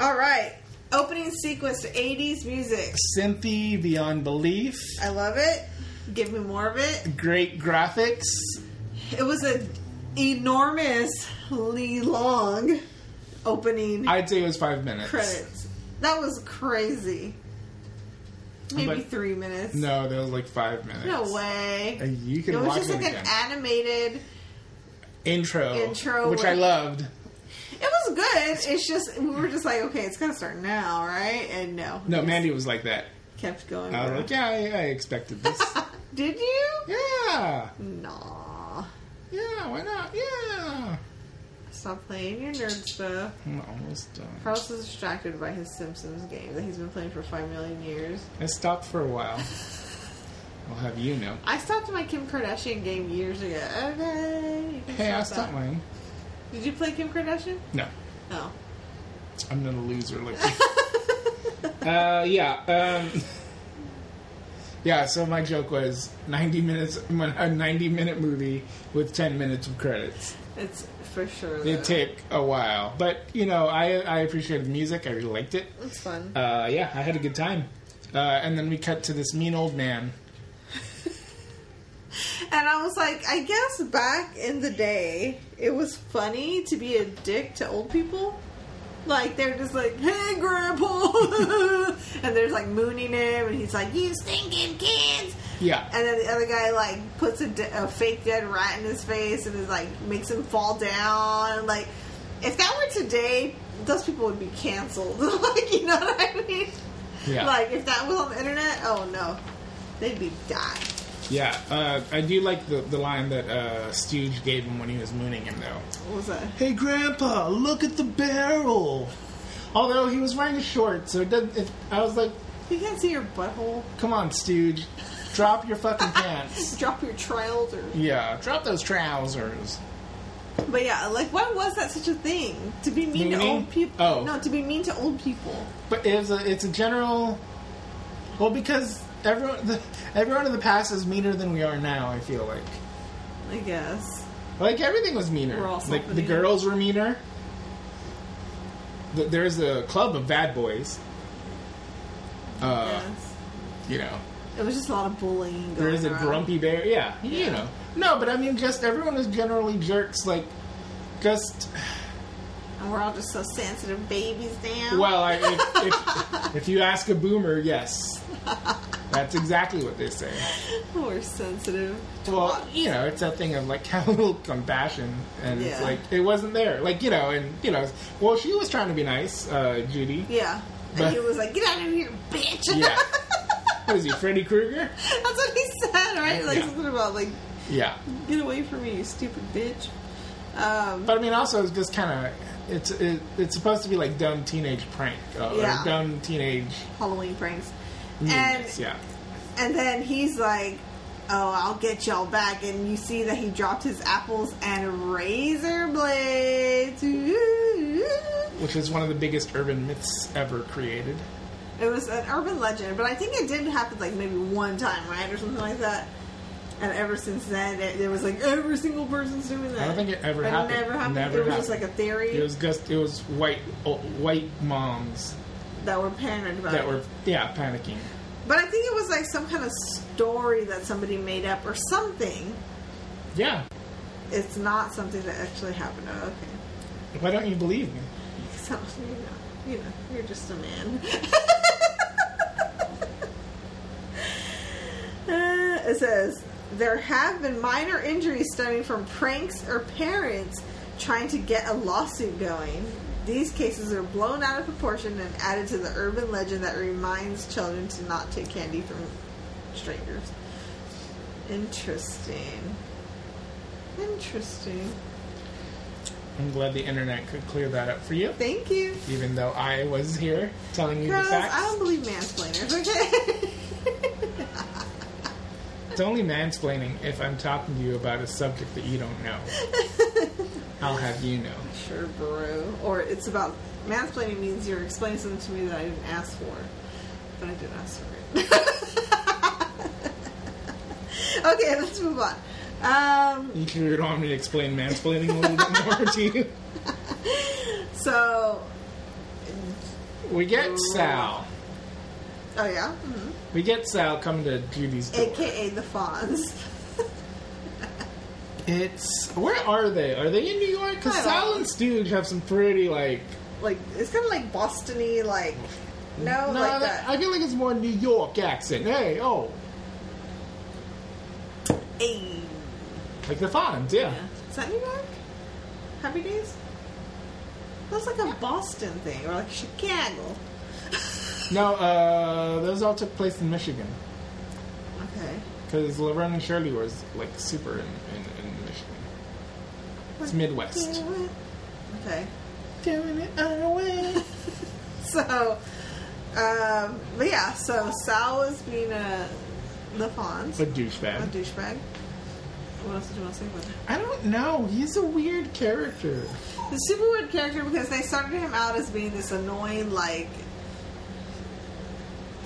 A: All right. Opening sequence to 80s music.
B: Cynthia beyond belief.
A: I love it. Give me more of it.
B: Great graphics.
A: It was a enormously long opening
B: I'd say it was five minutes.
A: credits. That was crazy. Maybe
B: But-
A: three minutes.
B: No, that was like five minutes.
A: No way.
B: Uh, You can
A: it was
B: watch
A: just
B: it
A: like
B: again.
A: an animated.
B: intro,
A: intro
B: which
A: with-
B: I loved.
A: It was good. It's just we were just like, okay, it's gonna start now, right? And no,
B: No, Mandy was like that.
A: kept going.
B: I was like, yeah, I, I expected this.
A: *laughs* Did you?
B: yeah,
A: Nah.
B: yeah, why not? Yeah.
A: Stop playing your nerd stuff.
B: I'm almost done.
A: Carlos is distracted by his Simpsons game that he's been playing for five million years.
B: I stopped for a while. I'll have you know.
A: I stopped my Kim Kardashian game years ago. Okay. you can
B: Hey, I
A: stop
B: stopped
A: that.
B: mine.
A: Did you play Kim Kardashian?
B: No,
A: No.
B: I'm not a loser. Like, uh, yeah, um, yeah. So my joke was 90 minutes, a 90 minute movie with 10 minutes of credits.
A: It's for sure. Though.
B: It took a while, but you know, I I appreciated the music. I really liked it.
A: It's fun.
B: uh, yeah, I had a good time. Uh, and then we cut to this mean old man.
A: And I was like, I guess back in the day, it was funny to be a dick to old people. Like they're just like, "Hey, grandpa," *laughs* and there's like mooning him, and he's like, "You stinking kids!"
B: Yeah,
A: And then the other guy like puts a, de- a fake dead rat in his face and is like makes him fall down. And, like if that were today, those people would be canceled. *laughs* like you know what I mean?
B: Yeah.
A: Like if that was on the internet, oh no, they'd be died.
B: yeah. Uh, I do like the, the line that uh, Stooge gave him when he was mooning him, though.
A: What was that?
B: Hey, Grandpa, look at the barrel. Although he was wearing shorts, so it doesn't. It, I was like,
A: You can't see your butthole.
B: come on, Stooge, drop your fucking pants.
A: Drop your trouser.
B: *laughs* Yeah, drop those trousers.
A: But yeah, like why was that such a thing? To be mean to
B: Meaning?
A: old people?
B: Oh.
A: No, to be mean to old people.
B: But it's a it's a general. Well, because everyone *laughs* the, everyone in the past is meaner than we are now. I feel like.
A: I guess.
B: Like everything was meaner.
A: We're all
B: like the
A: self-meaner.
B: girls were meaner. Th- There's a club of bad boys. Uh,
A: yes.
B: You know,
A: It was just a lot of bullying. Going
B: there is a
A: around.
B: grumpy bear. Yeah, you
A: Yeah.
B: know. No, but I mean, just everyone is generally jerks. Like, just
A: And we're all just so sensitive babies now.
B: well,
A: *laughs*
B: I, if, if, if you ask a boomer, yes, that's exactly what they say.
A: Oh, We're sensitive.
B: Well, you know, it's that thing of like *laughs* how little compassion, and it's
A: Yeah.
B: like it wasn't there. Like you know, and you know, well, she was trying to be nice, uh, Judy.
A: Yeah.
B: But-
A: and he was like, get out of here, bitch.
B: Yeah. *laughs* What is he, Freddy Krueger?
A: *laughs* That's what he said, right? Like
B: Yeah.
A: something about like
B: Yeah.
A: Get away from me, you stupid bitch. Um,
B: But I mean, also it's just kind of it's it, it's supposed to be like dumb teenage prank uh,
A: Yeah.
B: or dumb teenage
A: Halloween pranks.
B: meanness.
A: And
B: Mm, yeah.
A: and then he's like, "Oh, I'll get y'all back." And you see that he dropped his apples and razor blades. Ooh.
B: Which is one of the biggest urban myths ever created.
A: It was an urban legend, but I think it did happen like maybe one time, right, or something like that. And ever since then, it, it was like every single person's doing that.
B: I don't think it ever
A: It
B: happened.
A: never happened.
B: Never
A: it was just like
B: happened.
A: a theory
B: It was just it was white oh, white moms
A: that were paranoid about.
B: that
A: it.
B: were yeah panicking.
A: but I think it was like some kind of story that somebody made up or something.
B: Yeah.
A: It's not something that actually happened. Oh, okay.
B: Why don't you believe me?
A: So you know, you know, you're just a man. Uh, it says there have been minor injuries stemming from pranks or parents trying to get a lawsuit going. These cases are blown out of proportion and added to the urban legend that reminds children to not take candy from strangers. Interesting. Interesting.
B: I'm glad the internet could clear that up for you.
A: Thank you.
B: Even though I was here telling you
A: Girls,
B: the
A: I
B: facts.
A: don't believe mansplainers, okay? *laughs*
B: It's only mansplaining if I'm talking to you about a subject that you don't
A: *laughs*
B: know. I'll have you know.
A: sure, bro. Or it's about mansplaining means you're explaining something to me that I didn't ask for, but I did ask for it. *laughs* okay, let's move on. Um,
B: You sure you don't want me to explain mansplaining a little bit more to you?
A: so,
B: We get Sal.
A: oh yeah, hmm
B: We get Sal coming to Judy's door.
A: aka the Fonz.
B: It's where are they? Are they in New York? Because
A: I don't
B: Sal
A: know.
B: and Stooge have some pretty like
A: Like it's kind of like Bostony, like no,
B: no,
A: like
B: they-
A: that.
B: I feel like it's more New York accent. Hey, oh,
A: Ayy.
B: like the Fonz, yeah.
A: Yeah. Is that New York? Happy Days? That's like a Boston thing, or like Chicago.
B: No, uh, those all took place in Michigan
A: Okay.
B: because Laverne and Shirley was like super in, in, in Michigan. It's Midwest. *laughs*
A: Okay.
B: Doing it our way.
A: So, um, but yeah, so Sal is being a the Fonz,
B: A
A: a
B: douchebag.
A: douchebag. What else did you want to say about him?
B: I don't know. He's a weird character.
A: the super weird character because they started him out as being this annoying like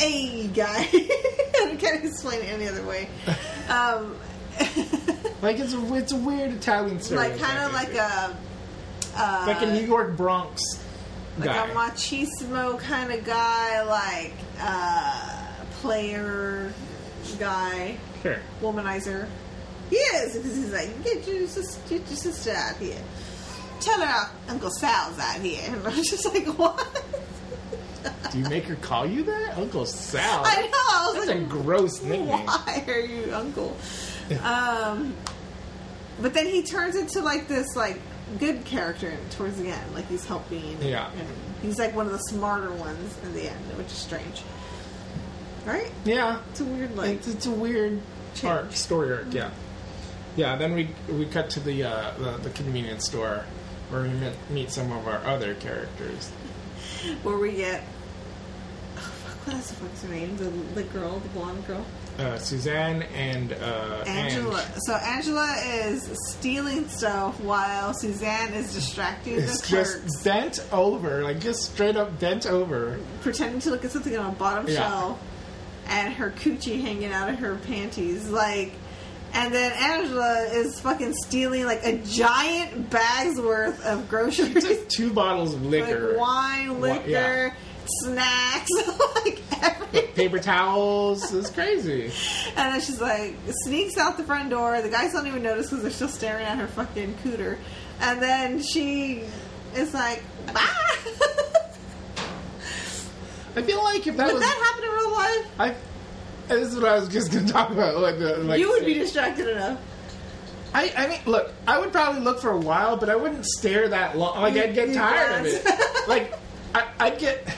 A: a guy. *laughs* I can't explain it any other
B: *laughs*
A: way. Um, *laughs*
B: Like it's a it's a weird Italian
A: like
B: stereotype.
A: kind of like a uh,
B: like a New York Bronx
A: like
B: guy.
A: a machismo kind of guy, like uh, player guy,
B: sure.
A: womanizer. He is because he's like, get your sister, get your sister out here. Tell her Uncle Sal's out here. *laughs* And I'm just like, what?
B: Do you make her call you that, Uncle Sal?
A: I know. I was
B: Oh, That's
A: like,
B: a gross nickname.
A: Why are you uncle? um, but then he turns into like this like good character towards the end. Like he's helping.
B: Yeah.
A: And he's like one of the smarter ones in the end, which is strange. Right?
B: Yeah,
A: It's a weird like.
B: it's, it's a weird
A: Change.
B: arc, story arc. Yeah, yeah. Then we we cut to the uh, the, the convenience store where we meet, meet some of our other characters.
A: where we get. Oh, fuck, what is the fuck's her name? The, the girl, the blonde girl.
B: Uh, Suzanne and uh,
A: Angela.
B: Ange
A: So Angela is stealing stuff while Suzanne is distracting the
B: is
A: clerks.
B: just bent over, like just straight up bent over.
A: pretending to look at something on a bottom
B: Yeah.
A: shelf and her coochie hanging out of her panties. Like, and then Angela is fucking stealing like a giant bag's worth of
B: *laughs*
A: groceries.
B: Just two bottles of liquor,
A: like wine,
B: Wi-
A: liquor,
B: yeah.
A: snacks, *laughs* like everything.
B: paper towels. It's crazy.
A: And then she's like, sneaks out the front door. The guys don't even notice because they're still staring at her fucking cooter. And then she is like, bye. *laughs*
B: I feel like if that
A: Would
B: was
A: that happen in real life?
B: I. This is what I was just gonna *laughs* talk about. Like, the, like
A: you would be distracted enough.
B: I, I mean, look, I would probably look for a while, but I wouldn't stare that long. Like, I'd
A: *laughs*
B: get
A: You'd
B: tired of
A: glance.
B: it. Like, I, I'd get.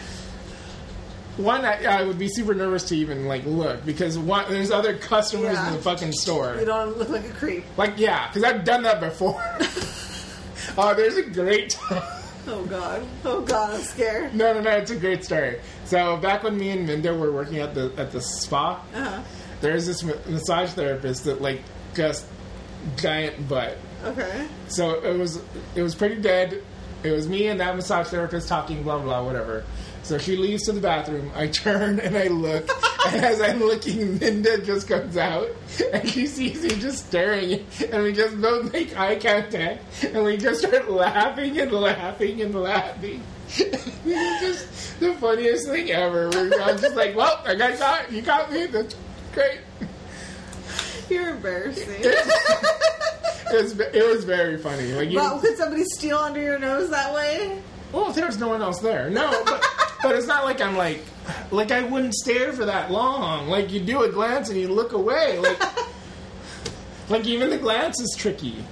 B: one I, I would be super nervous to even like look because one there's other customers
A: Yeah.
B: in the fucking store.
A: You don't look like a creep.
B: Like yeah, because I've done that before. *laughs* oh, there's a great. *laughs*
A: Oh god. Oh god, I'm scared.
B: no, no, no. It's a great story. So back when me and Minda were working at the at the spa,
A: Uh-huh.
B: there's this ma- massage therapist that like just giant butt.
A: Okay.
B: So it was it was pretty dead. It was me and that massage therapist talking blah blah whatever. So she leaves to the bathroom. I *laughs* turn and I look, and as I'm looking, Minda just comes out, and she sees me just staring, and we just both make eye contact, and we just start laughing and laughing and laughing. *laughs* this is just the funniest thing ever. We're I'm just like, well, I got caught. You caught me. That's great.
A: You're
B: *laughs*
A: embarrassing.
B: It was it was very funny. Like you,
A: But would somebody steal under your nose that way?
B: Well, if there's no one else there, no. But, but it's not like I'm like, like I wouldn't stare for that long. Like you do a glance and you look away. Like, like even the glance is tricky.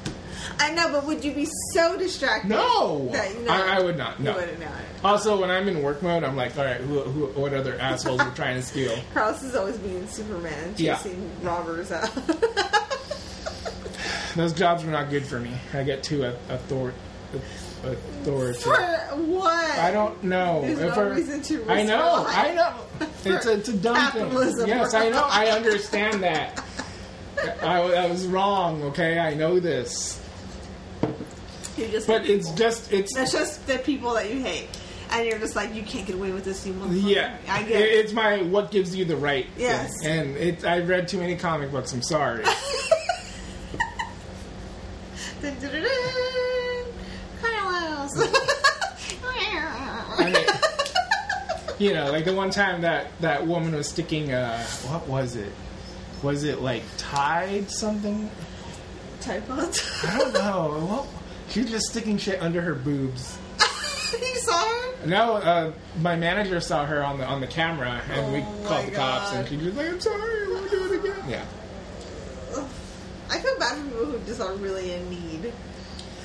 A: I know, but would you be so distracted?
B: No,
A: That, no.
B: I, I would not.
A: You
B: No.
A: would not.
B: Also, when I'm in work mode, I'm like, all right, who, who, what other assholes are trying
A: *laughs*
B: to steal?
A: Carlos is always being Superman,
B: Yeah.
A: chasing robbers out. *laughs*
B: Those jobs were not good for me. I get too author, authority.
A: For what?
B: I don't know.
A: There's
B: If
A: no
B: her-
A: reason to risk
B: I
A: your
B: know.
A: life.
B: I
A: *laughs*
B: know. It's a, it's a dumb
A: Capitalism.
B: thing. Yes, I know. I
A: *laughs*
B: understand that. I, w- I was wrong. Okay, I know this.
A: You're just
B: But it's just it's
A: That's just the people that you hate, and you're just like, you can't get away with this, you motherfucker.
B: yeah.
A: I get
B: It-
A: it.
B: It's my what gives you the right. thing.
A: Yes.
B: And it, I've read too many comic books. I'm sorry.
A: Dun, dun, dun, *laughs* dun.
B: I
A: *laughs* Carlos.
B: mean,
A: *laughs*
B: you know, like the one time that that woman was sticking. Uh, what was it? Was it like Tide something?
A: Type on. *laughs*
B: I don't know. What? She was just sticking shit under her boobs.
A: *laughs* you saw her?
B: No, uh, my manager saw her on the on the camera, and we
A: Oh my
B: called the cops,
A: God.
B: and she was like, "I'm sorry, we'll do it again." Yeah,
A: I feel bad for people who just are really in need.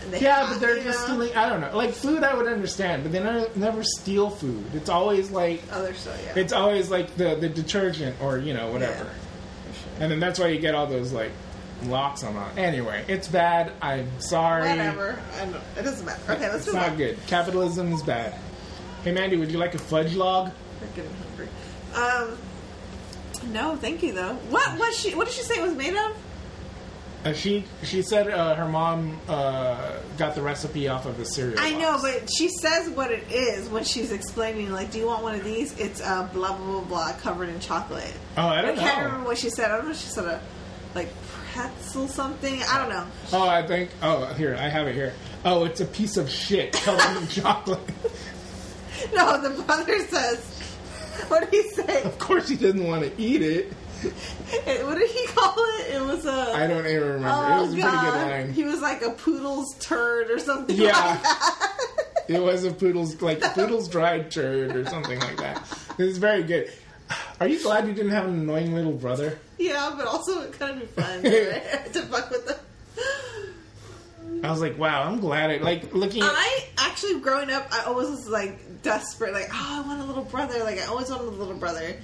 A: And they
B: yeah,
A: have-
B: but they're
A: you
B: just
A: know?
B: stealing. I don't know, like food, I would understand, but they never, never steal food. It's always like
A: other stuff. Yeah,
B: it's always like the the detergent or you know whatever,
A: for sure.
B: and then that's why you get all those like locks on that. Anyway, it's bad. I'm sorry.
A: Whatever. I don't, it doesn't matter. Okay, let's
B: It's
A: move
B: not
A: on.
B: good. Capitalism is bad. Hey, Mandy, would you like a fudge log?
A: I'm getting hungry. Um, no, thank you though. What was she? What did she say it was made of?
B: Uh, she she said uh, her mom uh, got the recipe off of the cereal.
A: I
B: box.
A: know, but she says what it is when she's explaining. Like, do you want one of these? It's uh, blah blah blah blah covered in chocolate.
B: Oh, I
A: I
B: don't
A: can't
B: know.
A: remember what she said. I don't know. if She said a like pretzel something. I don't know.
B: Oh, I think. Oh, here I have it here. Oh, it's a piece of shit covered in
A: *laughs*
B: chocolate.
A: No, the brother says. What did he say?
B: Of course, he didn't want to eat it.
A: It- What did he call it? It was a. oh,
B: I don't even remember. it was a pretty good line.
A: He was like a poodle's turd or something. like
B: yeah, it was a poodle's like poodle's dried turd or something like that. It was very good. Are you glad you didn't have an annoying little brother?
A: *laughs* Yeah, but also it kind of be
B: *laughs*
A: fun right? *laughs* to fuck with them.
B: I was like, wow, I'm glad. It like looking. At,
A: I actually, growing up, I always was like desperate, like, oh, I want a little brother. Like, I always wanted a little brother.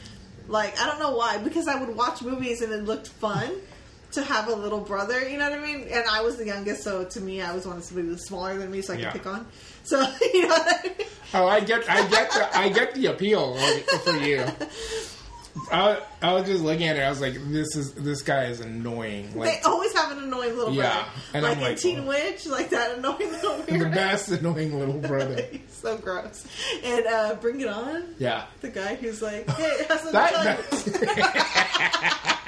A: Like, I don't know why, because I would watch movies and it looked fun to have a little brother, you know what I mean? And I was the youngest, so to me, I always wanted somebody who was smaller than me so I
B: Yeah.
A: could pick on. So, *laughs* you know what I mean?
B: Oh, I get, I get, the, I get the appeal like,
A: *laughs*
B: for you. I, I was just looking at it. I was like, this is this guy is annoying.
A: They
B: Like
A: always have an annoying little
B: Yeah,
A: brother.
B: and
A: like
B: I'm
A: in
B: like,
A: Teen
B: oh.
A: Witch, like that annoying *laughs* little
B: the
A: weirdo.
B: best annoying little
A: *laughs*
B: brother.
A: He's so gross. And uh, Bring It On,
B: Yeah.
A: the guy who's like, hey, I have something to tell
B: That,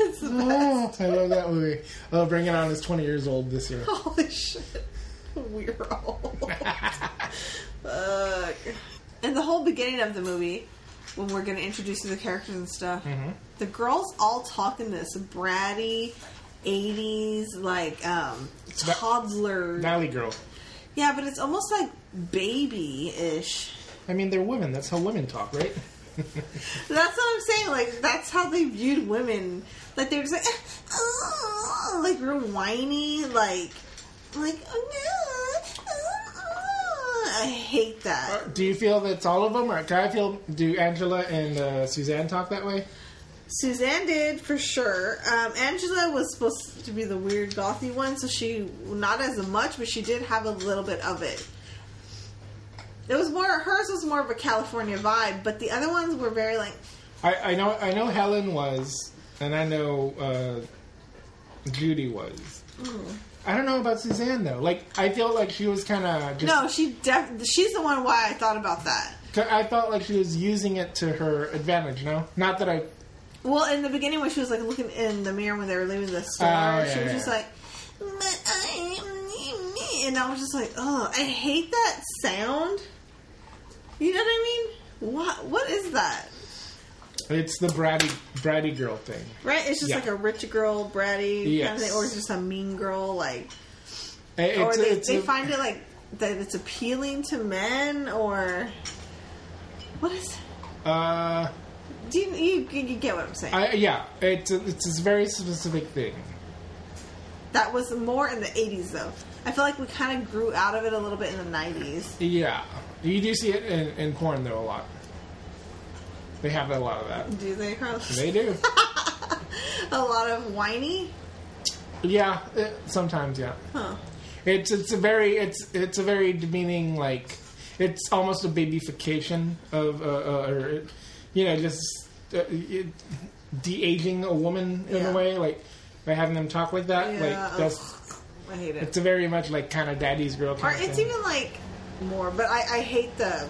A: you. It's
B: *laughs*
A: the best.
B: oh, I love that movie. Oh, Bring It On is 20 years old this year.
A: *laughs* Holy shit. We're all. Fuck. And the whole beginning of the movie, when we're going to introduce you to the characters and stuff, the girls all talk in this bratty, 80s, like, um,
B: ba-
A: toddler.
B: Valley Girl.
A: yeah, but it's almost like baby ish.
B: I mean, they're women. That's how women
A: *laughs*
B: talk, right?
A: That's what I'm saying. Like that's how they viewed women. Like they're just like, *laughs* "Ah," like real whiny, like, like oh no. ah, ah." I hate that.
B: Uh, Do you feel that's all of them, or do I feel? Do Angela and uh, Suzanne talk that way?
A: Suzanne did for sure. Um, Angela was supposed to be the weird gothy one, so she not as much, but she did have a little bit of it. It was more hers was more of a California vibe, but the other ones were very like
B: I, I know I know Helen was, and I know uh, Judy was.
A: Mm-hmm.
B: I don't know about Suzanne though. Like I feel like she was kind of just.
A: no. She def- she's the one why I thought about that.
B: I felt like she was using it to her advantage. No, not that I.
A: Well, in the beginning when she was like looking in the mirror when they were leaving the store,
B: Oh, yeah,
A: she was
B: yeah.
A: just like, "But I am me, me," and I was just like, oh, I hate that sound. You know what I mean? What what is that?
B: It's the bratty bratty girl thing.
A: Right? It's just
B: Yeah.
A: like a rich girl, bratty kind of
B: Yes.
A: thing, or just a mean girl, like,
B: I- It's,
A: or they,
B: it's
A: they
B: a-
A: find it like that it's appealing to men, or what is?
B: Uh,
A: Do you, you, you get what I'm saying?
B: I, yeah, it's a, it's this very specific thing.
A: that was more in the '80s, though. I feel like we kind of grew out of it a little bit in the '90s.
B: Yeah, you do see it in, in porn though a lot. They have a lot of that.
A: Do they, Carlos? *laughs*
B: They do.
A: a lot of whiny,
B: yeah, eh, sometimes yeah.
A: huh?
B: It's it's a very it's it's a very demeaning like it's almost a babyfication of uh, uh, or you know just uh, it, de-aging a woman in
A: Yeah.
B: a way like by having them talk like that
A: Yeah,
B: like that's
A: ugh, I hate it.
B: it's a very much like kind of daddy's girl
A: Or
B: kind of
A: it's
B: thing.
A: even like more, but I, I hate the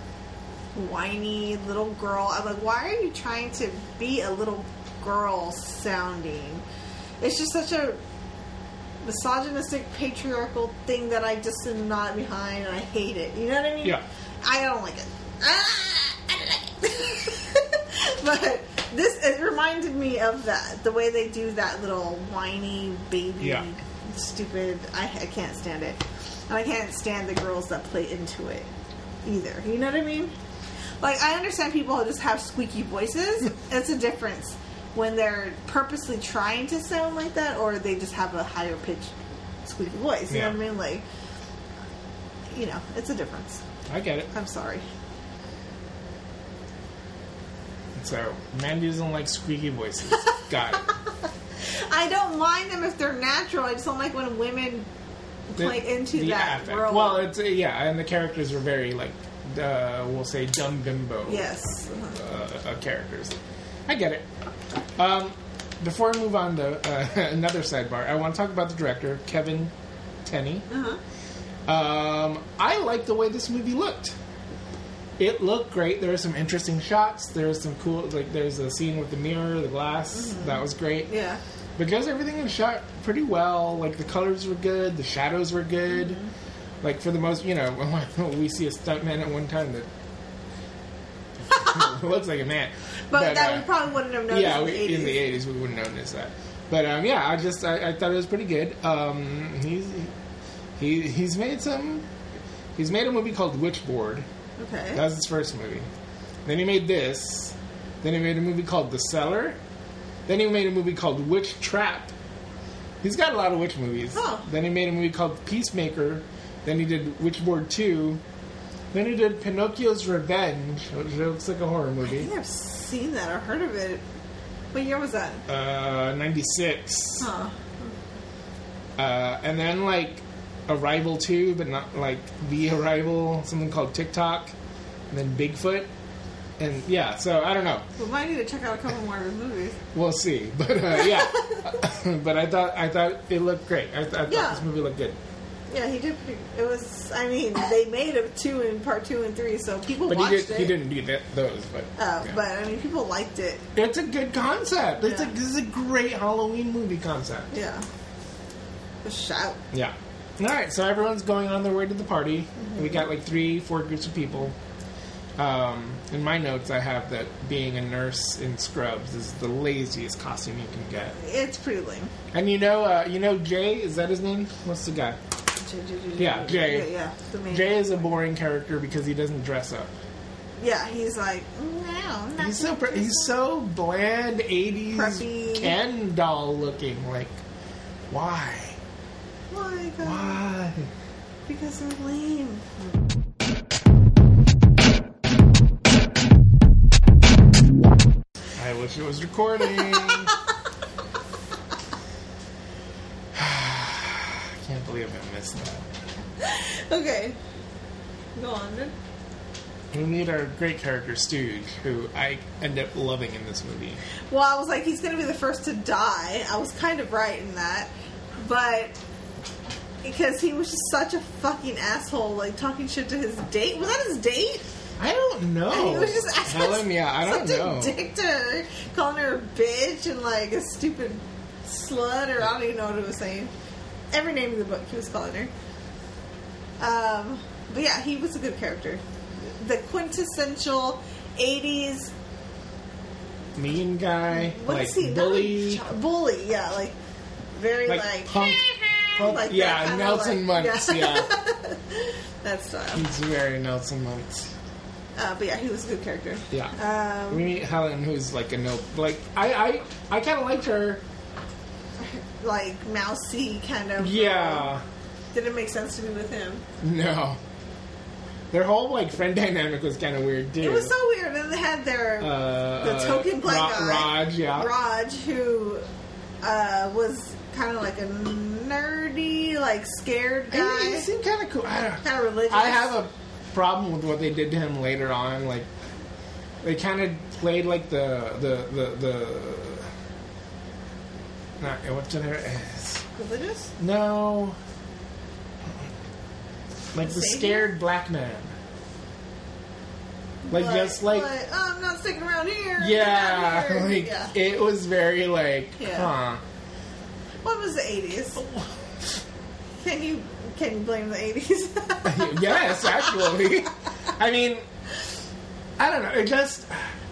A: whiny little girl. I'm like, why are you trying to be a little girl sounding? It's just such a misogynistic, patriarchal thing that I just am not behind and I hate it. You know what I mean?
B: Yeah.
A: I don't like it. Ah, I don't like it. *laughs* but this, it reminded me of that, the way they do that little whiny baby
B: Yeah.
A: stupid. I, I can't stand it. And I can't stand the girls that play into it either. You know what I mean? Like, I understand people who just have squeaky
B: *laughs*
A: voices. it's a difference when they're purposely trying to sound like that or they just have a higher pitched squeaky voice. You
B: Yeah.
A: know what I mean? Like, you know, it's a difference.
B: I get it.
A: I'm sorry.
B: So Mandy doesn't like
A: *laughs*
B: squeaky voices. Got it.
A: I don't mind them if they're natural. I just don't like when women play into that
B: affect.
A: world.
B: Well, it's yeah, and the characters are very like uh, we'll say dumb bimbo.
A: yes. Uh-huh.
B: uh, uh, characters. I get it. Um, before I move on to uh, *laughs* another sidebar, I want to talk about the director, Kevin Tenney.
A: Uh-huh.
B: Um, I like the way this movie looked. It looked great. There were some interesting shots. There was some cool, like there's a scene with the mirror, the glass. That was great.
A: Yeah.
B: Because everything was shot pretty well. Like the colors were good, the shadows were good.
A: Mm-hmm.
B: Like for the most, you know, *laughs* when we see a stuntman at one time that *laughs* looks like a man.
A: But, that
B: uh,
A: we probably wouldn't have noticed
B: yeah,
A: in,
B: we,
A: the 80s.
B: in the eighties we wouldn't notice that. But um, yeah, I just I, I thought it was pretty good. Um, he's he, he's made some. He's made a movie called Witchboard.
A: Okay.
B: That was his first movie. Then he made this. Then he made a movie called The Cellar. Then he made a movie called Witch Trap. He's got a lot of witch movies.
A: Huh.
B: Then he made a movie called Peacemaker. Then he did Witchboard 2. Then he did Pinocchio's Revenge, which looks like a horror
A: I
B: movie.
A: think I've seen that or heard of it. What year was that?
B: Uh, 96.
A: Huh.
B: Uh, and then like Arrival 2, but not like The Arrival, something called TikTok. And then Bigfoot. And yeah, so I don't know.
A: We might need to check out a couple more of his movies.
B: We'll see, *laughs* but uh, yeah, but I thought I thought it looked great. I, I thought
A: Yeah.
B: this movie looked good.
A: Yeah, he did. Pretty, it was. I *laughs* mean, they made a two and part two and three, so people
B: But he
A: watched
B: did.
A: it.
B: He didn't do that, those, but,
A: Uh,
B: yeah.
A: But I mean, people liked it.
B: it's a good concept. It's
A: Yeah.
B: a, this is a great Halloween movie concept.
A: Yeah. A shout.
B: Yeah. All right, so everyone's going on their way to the party.
A: Mm-hmm.
B: We got like three, four groups of people. Um, in my notes, I have that being a nurse in scrubs is the laziest costume you can get.
A: It's pretty lame.
B: And you know, uh, you know, Jay is that his name? What's the guy?
A: J- J- J-
B: Yeah, Jay.
A: Yeah, yeah. The main.
B: Jay is a boring character because he doesn't dress up.
A: Yeah, he's like no. I'm not
B: He's so
A: gonna
B: pre-
A: do
B: he's so bland
A: Preppy.
B: '80s Ken doll looking. Like, why?
A: that. Why, God?
B: Why?
A: Because they're lame.
B: She
A: *laughs*
B: was recording. *sighs* I can't believe I missed that.
A: Okay. Go on then.
B: We need our great character Stooge, who I end up loving in this movie.
A: Well, I was like, he's going to be the first to die. I was kind of right in that. But because he was just such a fucking asshole, like talking shit to his date. Was that his date? *laughs*
B: I don't know.
A: he was just asking
B: Helen, Oh, yeah, I don't
A: such
B: know.
A: a dick to her, calling her a bitch and like a stupid slut, or I don't even know what it was saying. Every name in the book he was calling her. Um, but yeah, he was a good character. The quintessential 80s
B: Mean guy,
A: What
B: like
A: is he? Not
B: bully,
A: a ch- bully, yeah, like very
B: like,
A: like,
B: punk,
A: *laughs*
B: punk-
A: like that
B: yeah,
A: kinda,
B: Nelson
A: like-
B: Muntz,
A: yeah.
B: yeah.
A: that style.
B: He's very Nelson Muntz.
A: Uh, but yeah, he was a good character.
B: Yeah.
A: Um,
B: we meet Helen, who's like a no, like I, I, I kind of liked her.
A: Like mousy kind of. um,
B: Yeah.
A: Didn't make sense to me with him.
B: No. Their whole like friend dynamic was kind of weird too.
A: It was so weird. And they had their
B: uh,
A: the
B: uh,
A: token black guy,
B: Ra- Raj, yeah.
A: Raj, who uh, was kind of like a nerdy, like scared
B: I mean, he
A: guy,
B: seemed kind of cool. I don't.
A: kind of religious.
B: I have a problem with what they did to him later on. Like they kind of played like the the the the. Not what's in her ass.
A: religious.
B: No. Like the
A: Savior?
B: scared black man. Like
A: But-
B: just like
A: but, "Oh, I'm not sticking around here. Get out of
B: yeah,
A: here."
B: *laughs* like
A: yeah.
B: it was very like
A: Yeah.
B: huh.
A: What was the
B: *laughs*
A: eighties? Can you can you blame the eighties? *laughs*
B: *laughs* yes, actually. I mean, I don't know. It just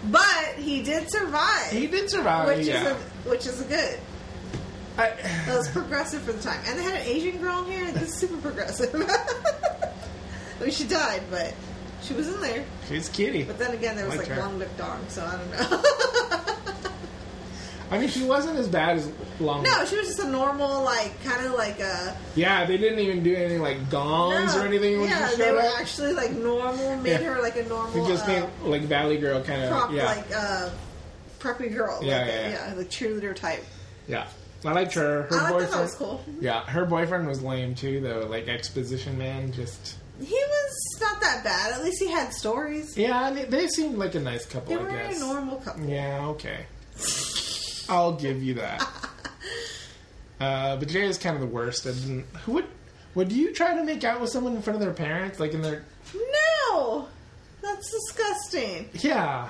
A: but he did survive,
B: he did survive.
A: which
B: yeah.
A: is a, which is good.
B: I-
A: That
B: *sighs*
A: was progressive for the time, and they had an Asian girl in here. That's super progressive. *laughs* I mean, she died, but she was in there.
B: she's kitty.
A: But then again, there was
B: Liked
A: like,
B: her.
A: long lip dog, so I don't know. *laughs*
B: I mean, she wasn't as bad as long.
A: no, she was just a normal, like kind of like a
B: Yeah, they didn't even do any like gongs
A: No,
B: or anything when
A: Yeah,
B: she
A: they
B: showed
A: were
B: up.
A: actually like normal. Made
B: Yeah.
A: her like a normal.
B: It just
A: uh,
B: made like Valley Girl kind
A: prop
B: of yeah
A: like uh preppy girl.
B: Yeah,
A: like,
B: yeah,
A: a-
B: yeah.
A: yeah, like cheerleader type.
B: yeah. I liked her. Her
A: I thought
B: boyfriend
A: that was cool.
B: Yeah, her boyfriend was lame too, though. Like exposition man, just
A: He was not that bad. At least he had stories.
B: yeah. They, they seemed like a nice couple.
A: They
B: I
A: were
B: guess.
A: a normal couple.
B: Yeah, okay. I'll give
A: *laughs*
B: you that. Uh, but Jay is kind of the worst. I didn't. Who would would you try to make out with someone in front of their parents? Like in their
A: No, that's disgusting.
B: yeah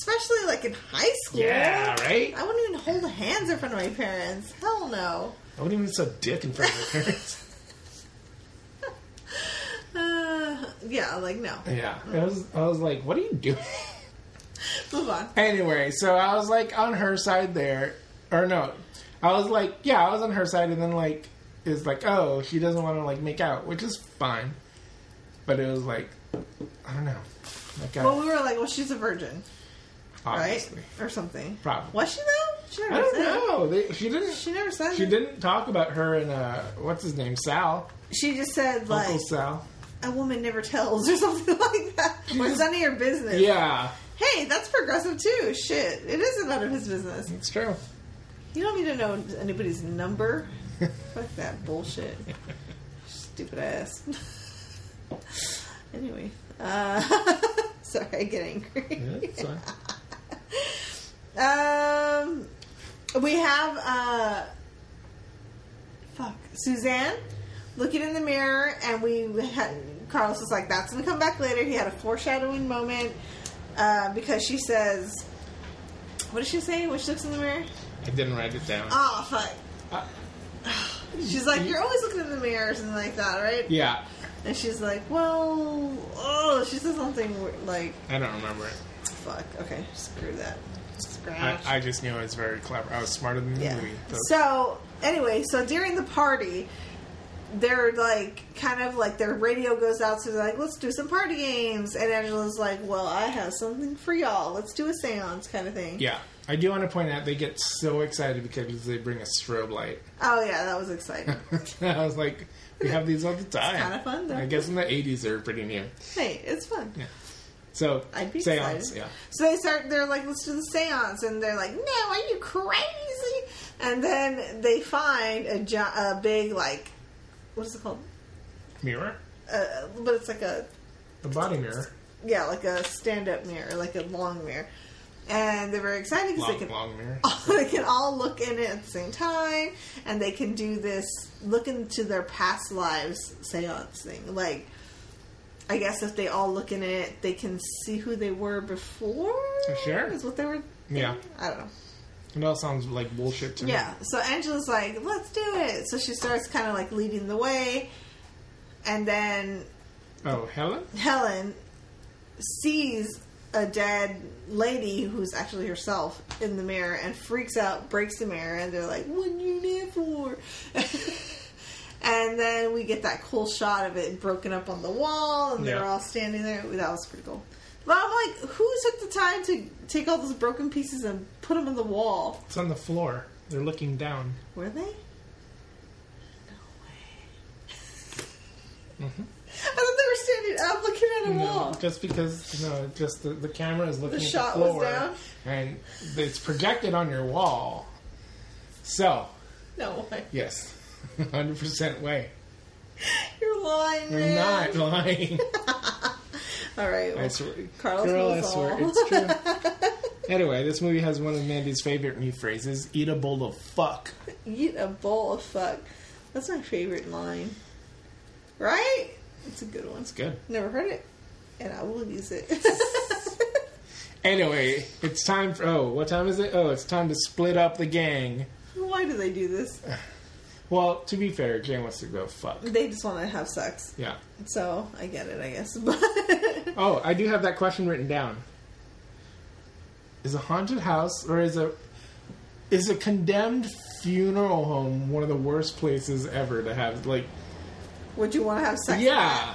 A: Especially like in high school.
B: yeah right?
A: I wouldn't even hold hands in front of my parents. Hell no.
B: I wouldn't even so dick in front of their parents.
A: Uh, yeah, like no.
B: yeah, I was I was like, what are you doing?
A: Move on.
B: Anyway, so I was like on her side there, or no, I was like, yeah, I was on her side, and then like it's like, oh, she doesn't want to like make out, which is fine, but it was like, I don't know, like
A: Well,
B: I,
A: we were like, well, she's a virgin,
B: obviously,
A: right, or something.
B: Probably.
A: Was she though? She never
B: I don't
A: said.
B: know. They, she didn't.
A: She never said.
B: She didn't talk about her and uh, what's his name, Sal,
A: She just said like
B: Uncle Sal.
A: a woman never tells or *laughs* something like that. Or it's none of your business.
B: Yeah,
A: Hey, that's progressive too. Shit, it isn't none of his business.
B: it's true.
A: You don't need to know anybody's
B: *laughs*
A: number. Fuck that bullshit. Stupid ass. *laughs* anyway, uh, *laughs* sorry, I get angry.
B: Yeah, it's fine.
A: *laughs* Um, we have uh, fuck Suzanne looking in the mirror, and we had Carlos was like, "That's gonna come back later." He had a foreshadowing moment uh, because she says, "What does she say?" When she looks in the mirror,
B: I didn't write it down.
A: oh fuck.
B: Uh,
A: She's like, "You're always looking in the mirror," or something like that, right?
B: yeah,
A: And she's like, "Well, oh," she says something like,
B: I don't remember it.
A: "Fuck, okay, screw that." Scratch.
B: I, I just knew I was very clever. I was smarter than the
A: Yeah.
B: movie.
A: So anyway, so during the party, they're like kind of like their radio goes out, so they're like, "Let's do some party games." And Angela's like, "Well, I have something for y'all. Let's do a séance kind of thing."
B: Yeah, I do want to point out they get so excited because they bring a strobe light. *laughs*
A: Oh yeah, that was exciting.
B: I was like, we have these all the time.
A: kinda fun, though.
B: I guess in the '80s they were pretty new.
A: hey, it's fun.
B: Yeah. So
A: I'd be
B: seance,
A: excited.
B: yeah.
A: So they start. They're like, let's do the seance, and they're like, no, are you crazy? And then they find a, gi- a big like, what is it called?
B: Mirror,
A: Uh, but it's like a
B: the body mirror,
A: yeah, like a stand-up mirror, like a long mirror, and they're very excited because they
B: long,
A: can
B: long mirror.
A: they can *laughs* all look in it at the same time, and they can do this look into their past lives seance thing. Like, I guess if they all look in it, they can see who they were before.
B: Sure.
A: is what they were.
B: Yeah,
A: I don't know.
B: it all sounds like bullshit to me.
A: Yeah. So Angela's like, let's do it. So she starts kind of like leading the way, and then
B: Oh, Helen.
A: Helen sees a dead lady who's actually herself in the mirror and freaks out, breaks the mirror, and they're like, What are you there for? *laughs* and then we get that cool shot of it broken up on the wall, and they're
B: Yeah.
A: all standing there. Ooh, that was pretty cool. But I'm like, who took the time to take all those broken pieces and put them on the wall?
B: It's on the floor. They're looking down.
A: Were they? No way. I thought they were standing up looking at a wall.
B: Just because no, just the, the camera is looking
A: Oh. The
B: at
A: shot
B: the
A: was
B: floor
A: down?
B: and it's projected on your wall. So
A: No way.
B: yes, *laughs* hundred percent way.
A: You're lying,
B: I'm
A: man. *laughs*
B: not lying.
A: All right.
B: I
A: Well,
B: swear,
A: Carlos
B: girl, I
A: knows
B: swear,
A: all.
B: it's true. anyway, this movie has one of Mandy's favorite new phrases: "Eat a bowl of fuck."
A: eat a bowl of fuck. That's my favorite line. Right? It's a good one.
B: It's good.
A: Never heard it, and I will use
B: *laughs*
A: it.
B: Anyway, it's time for. Oh, what time is it? Oh, it's time to split up the gang.
A: Why do they do this?
B: Well, to be fair, Jane wants to go fuck.
A: They just want to have sex.
B: Yeah.
A: So I get it, I guess. *laughs* But
B: Oh, I do have that question written down. Is a haunted house or is a is a condemned funeral home one of the worst places ever to have like
A: would you want to have sex?
B: Yeah.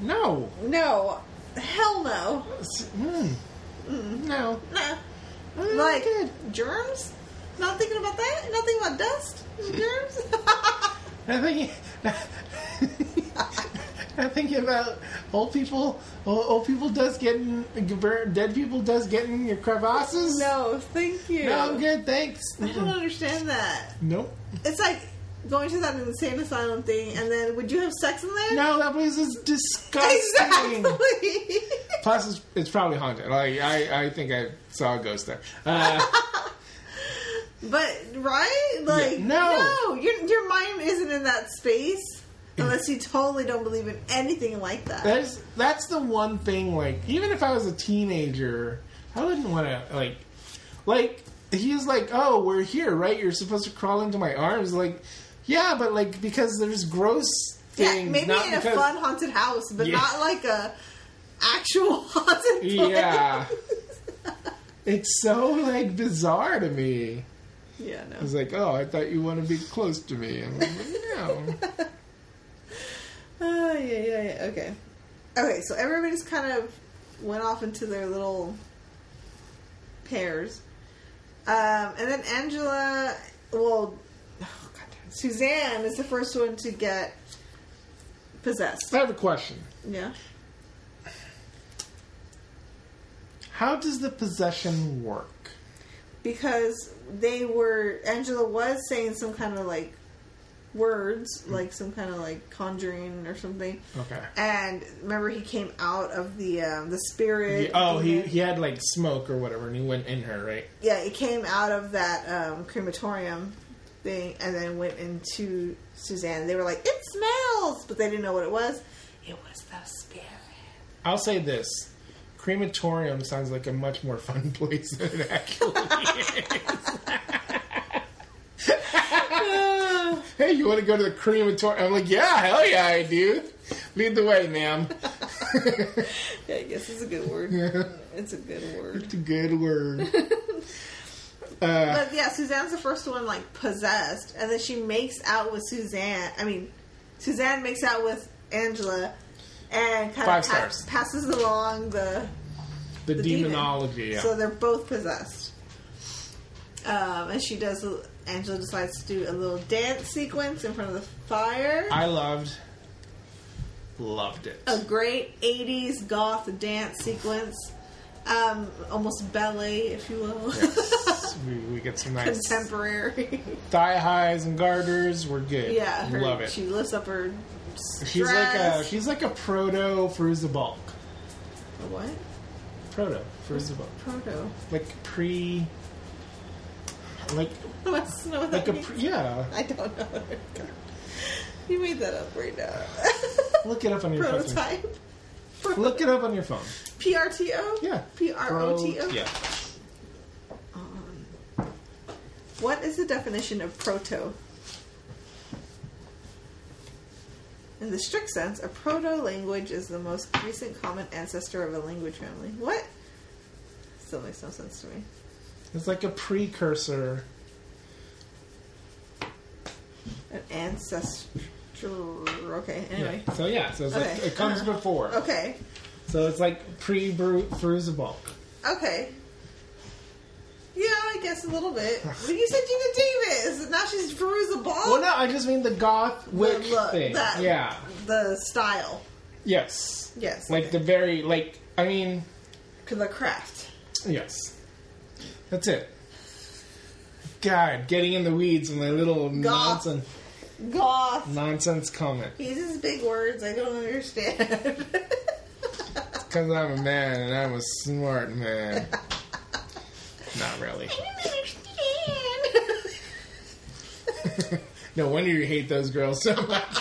B: No.
A: No. Hell no.
B: S- mm. No.
A: Nah.
B: Mm,
A: Like
B: good.
A: germs? Not thinking about that. Not thinking about dust. Germs. *laughs*
B: I think I think about old people. Old, old people does getting dead people does getting your crevasses.
A: no, thank you.
B: no, I'm good. Thanks.
A: I don't understand that.
B: Nope.
A: It's like going to that insane asylum thing, and then would you have sex in there?
B: No, that place is disgusting.
A: *laughs* Exactly.
B: Plus, it's, it's probably haunted. Like I, I think I saw a ghost there. Uh,
A: but right, like
B: Yeah, no.
A: no, your your mind isn't in that space unless you totally don't believe in anything like that.
B: that's that's the one thing. Like even if I was a teenager, I wouldn't want to like like he's like, oh, we're here, right? You're supposed to crawl into my arms, like yeah, but like because there's gross
A: yeah,
B: things,
A: maybe
B: not
A: in a
B: because-
A: fun haunted house, but
B: Yeah.
A: not like a actual *laughs* haunted. Place.
B: *laughs* Yeah. It's so like bizarre to me.
A: yeah, no.
B: It's like, oh, I thought you want to be close to me. And I'm like, no.
A: *laughs* Oh, yeah, yeah, yeah. Okay. Okay, so everybody's kind of went off into their little pairs. Um, and then Angela, well, oh, God damn, Suzanne is the first one to get possessed.
B: I have a question.
A: Yeah.
B: How does the possession work?
A: Because they were, Angela was saying some kind of like words,
B: Hmm.
A: like some kind of like conjuring or something.
B: Okay.
A: And remember, he came out of the um, the spirit.
B: oh, he,
A: demon.
B: he had like smoke or whatever, and he went in her, right?
A: yeah, it came out of that um, crematorium thing and then went into Suzanne. They were like, "It smells," but they didn't know what it was. It was the spirit.
B: I'll say this: crematorium sounds like a much more fun *laughs* place than it actually is. *laughs* hey, you want to go to the crematorium? I'm like, yeah, hell yeah, I do. Lead the way, ma'am.
A: Yeah, I guess it's a good word. It's a good word.
B: It's a good word. Uh,
A: But yeah, Suzanne's the first one like possessed, and then she makes out with Suzanne. I mean, Suzanne makes out with Angela, and kind
B: Five
A: of pa-
B: stars.
A: passes along the
B: the,
A: the demon.
B: demonology. Yeah.
A: So they're both possessed. Um, and she does. Angela decides to do a little dance sequence in front of the fire.
B: I loved Loved it.
A: a great 80s goth dance sequence. Um, almost ballet, if you will. *laughs*
B: Yes. *laughs* we, we get some nice
A: Contemporary.
B: thigh highs and garters. We're good.
A: yeah, her,
B: love it.
A: she lifts up her
B: she's like a
A: dress.
B: she's like a proto Fruza Bulk.
A: A what?
B: Proto Fruza Bulk.
A: Proto. *laughs*
B: Like pre. Like
A: No, that's not what
B: like
A: that
B: a
A: means.
B: pre, yeah.
A: *laughs* I don't know. *laughs* You made that up right now. *laughs*
B: Look it up on your fucking.
A: Prototype.
B: Look it up on your phone.
A: PRTO?
B: Yeah.
A: PROTO?
B: Pro- Yeah.
A: What is the definition of proto? In the strict sense, a proto language is the most recent common ancestor of a language family. What? Still makes no sense to me.
B: It's like a precursor.
A: An ancestral. Okay, anyway.
B: Yeah. So yeah, so it's like
A: Okay.
B: it comes
A: Uh-huh.
B: before.
A: Okay,
B: So it's like pre Fruza Bulk.
A: okay. Yeah, I guess a little
B: *sighs*
A: bit. But you said Gina Davis! and Now she's Veruza Ball!
B: Well, no, I just mean the goth witch thing.
A: Oh. that-
B: Yeah.
A: The style.
B: Yes.
A: Yes.
B: Like the very like I mean
A: the. The craft.
B: yes. That's it. God, getting in the weeds with my little
A: Goth.
B: nonsense
A: Goth.
B: nonsense comment
A: He uses big words I don't understand. *laughs*
B: because I'm a man and I'm a smart
A: *laughs*
B: man. Not really.
A: understand.
B: No wonder you hate those girls so much. *laughs*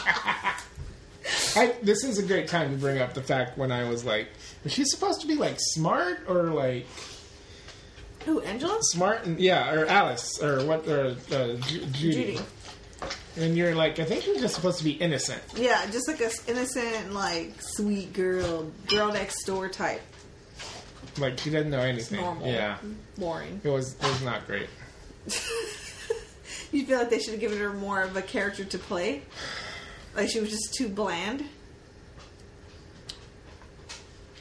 B: I, this is a great time to bring up the fact when I was like, was she supposed to be like smart or like
A: Who, Angela?
B: smart and yeah, or Alice or what or uh, Ju- Judy.
A: Judy.
B: And you're like, I think you're just supposed to be innocent.
A: Yeah, just like a s- innocent, like sweet girl, girl next door type.
B: Like she doesn't know anything.
A: Normal.
B: Yeah,
A: Boring.
B: it was it was not great.
A: *laughs* You feel like they should have given her more of a character to play. Like she was just too bland.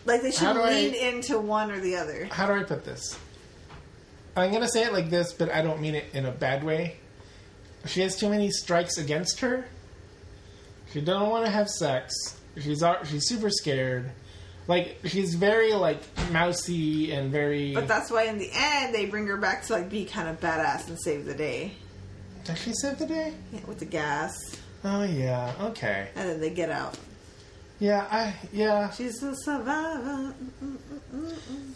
A: Like they should
B: How do I-
A: lean into one or the other.
B: How do I put this? I'm gonna say it like this, but I don't mean it in a bad way. She has too many strikes against her. She doesn't want to have sex. She's ar- she's super scared. Like she's very like mousy and very.
A: But that's why in the end they bring her back to like be kind of badass and save the day.
B: Does she save the day?
A: Yeah, with the gas.
B: Oh yeah. Okay.
A: And then they get out.
B: Yeah. I yeah.
A: She's a survivor.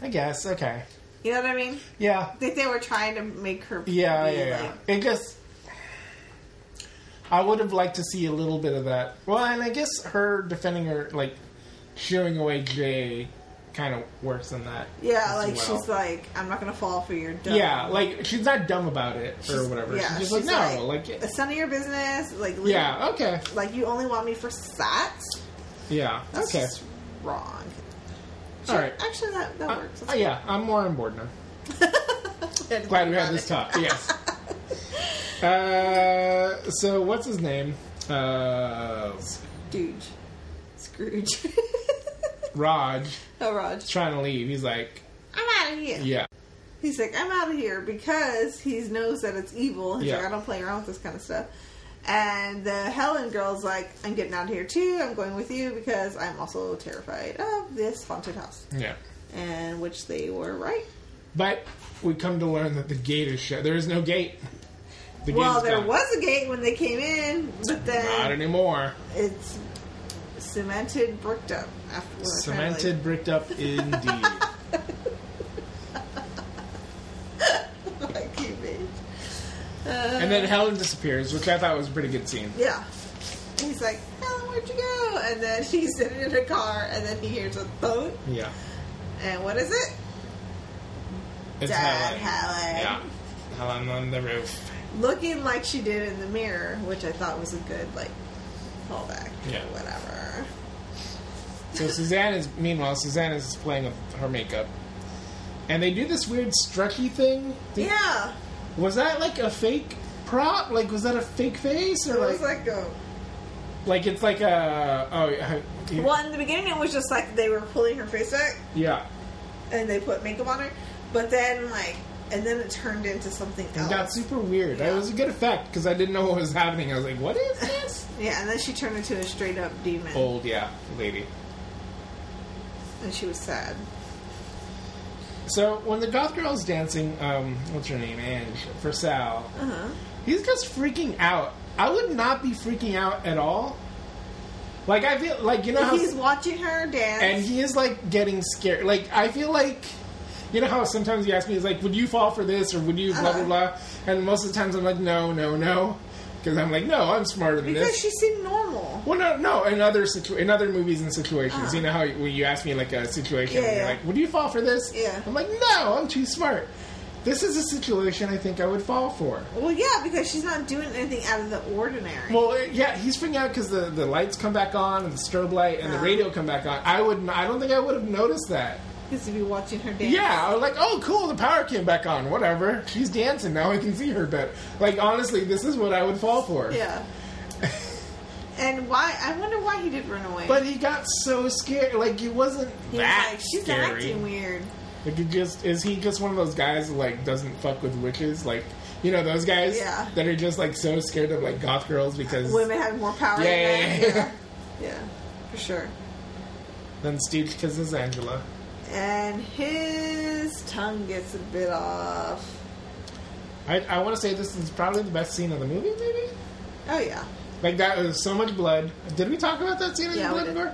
B: I guess. Okay.
A: You know what I mean?
B: Yeah.
A: I think they were trying to make her.
B: Yeah,
A: be,
B: yeah, yeah. It just. I would have liked to see a little bit of that. Well, and I guess her defending her, like, shooing away Jay, kind of works than that.
A: Yeah,
B: as
A: like
B: well.
A: she's like, I'm not gonna fall for your dumb.
B: Yeah, like she's not dumb about it or whatever.
A: Yeah,
B: she's just like, no, like,
A: it's none of your business. Like, leave-
B: yeah, okay,
A: like you only want me for sex.
B: yeah,
A: That's
B: okay,
A: just wrong.
B: all right.
A: Actually, that that
B: Uh,
A: works.
B: uh, yeah, I'm more on board now.
A: That's
B: Glad we had this talk. Yes.
A: *laughs*
B: uh, so what's his name? Uh,
A: Scrooge. *laughs* Scrooge. *laughs*
B: Raj
A: oh, Raj.
B: trying to leave. He's like,
A: I'm out of here.
B: yeah.
A: He's like, I'm out of here because he knows that it's evil. He's
B: Yeah.
A: like, I don't play around with this kind of stuff. And the Helen girl's like, I'm getting out of here too. I'm going with you because I'm also terrified of this haunted house.
B: Yeah.
A: And which they were right.
B: But we come to learn that the gate is shut. There is no gate. The
A: well,
B: is
A: there
B: gone.
A: was a gate when they came in, but
B: Not
A: then
B: anymore.
A: it's cemented, bricked up. After when they're trying to, like-
B: Cemented, bricked up, indeed.
A: *laughs* like, you bitch. Uh,
B: and then Helen disappears, which I thought was a pretty good scene.
A: Yeah. He's like, Helen, where'd you go? And then she's sitting in a car, and then he hears a thud.
B: Yeah.
A: And what is it?
B: It's
A: Dad,
B: Helen.
A: Helen.
B: Yeah. Helen on the roof.
A: Looking like she did in the mirror, which I thought was a good, like, callback.
B: Yeah.
A: Or whatever.
B: So Suzanne is, meanwhile, Suzanne is playing with her makeup. And they do this weird stretchy thing. Did-
A: Yeah.
B: Was that like a fake prop? Like, was that a fake face? Or
A: It
B: like,
A: was
B: like,
A: like a.
B: it's like a, oh, yeah, yeah.
A: Well, in the beginning, it was just like they were pulling her face back
B: Yeah.
A: and they put makeup on her. But then, like, and then it turned into something
B: It
A: else.
B: got super weird. It was a good effect because I didn't know what was happening. I was like, "What is this?"
A: yeah, and then she turned into a straight up demon,
B: Old, yeah, lady.
A: and she was sad.
B: So when the goth girl's dancing, um, what's her name, Ange, for Sal,
A: Uh huh.
B: he's just freaking out. I would not be freaking out at all. Like I feel like you know how
A: He's watching her dance.
B: and he is like getting scared. Like I feel like you know how sometimes you ask me, "Is like, would you fall for this or would you blah
A: Uh-huh.
B: blah blah?" And most of the times I'm like, "No, no, no," because I'm like, "No, I'm smarter than
A: because
B: this."
A: she seemed normal.
B: well, no, no. In other situ- in other movies and situations,
A: Uh-huh.
B: you know how you- when you ask me like a
A: Yeah,
B: situation, and you're
A: yeah.
B: like, "Would you fall for this?"
A: Yeah.
B: I'm like, "No, I'm too smart." This is a situation I think I would fall for.
A: Well, yeah, because she's not doing anything out of the ordinary.
B: Well, uh, yeah, he's freaking out because the, the lights come back on and the strobe light and the
A: Uh.
B: radio come back on. I would, n- I don't think I would have noticed that.
A: Because to be watching her dance.
B: Yeah, I was like, oh, cool, the power came back on. Whatever. She's dancing now. I can see her better. Like, honestly, this is what I would fall for.
A: Yeah. and why? I wonder why he did run away.
B: But he got so scared. Like, he wasn't
A: he was
B: that
A: like, she's
B: scary.
A: acting weird.
B: Like, he just is he just one of those guys that, like doesn't fuck with witches? Like, you know those guys
A: Yeah.
B: that are just like so scared of like goth girls
A: *laughs*
B: because
A: Women had more power.
B: Yeah, yeah,
A: than
B: yeah,
A: that.
B: yeah.
A: yeah, yeah, for sure.
B: then Steve kisses Angela.
A: And his tongue gets a bit off.
B: I I want to say this is probably the best scene of the movie, maybe.
A: Oh yeah,
B: Like that was so much blood. Did we talk about that scene in
A: Yeah, we
B: blood
A: did.
B: before?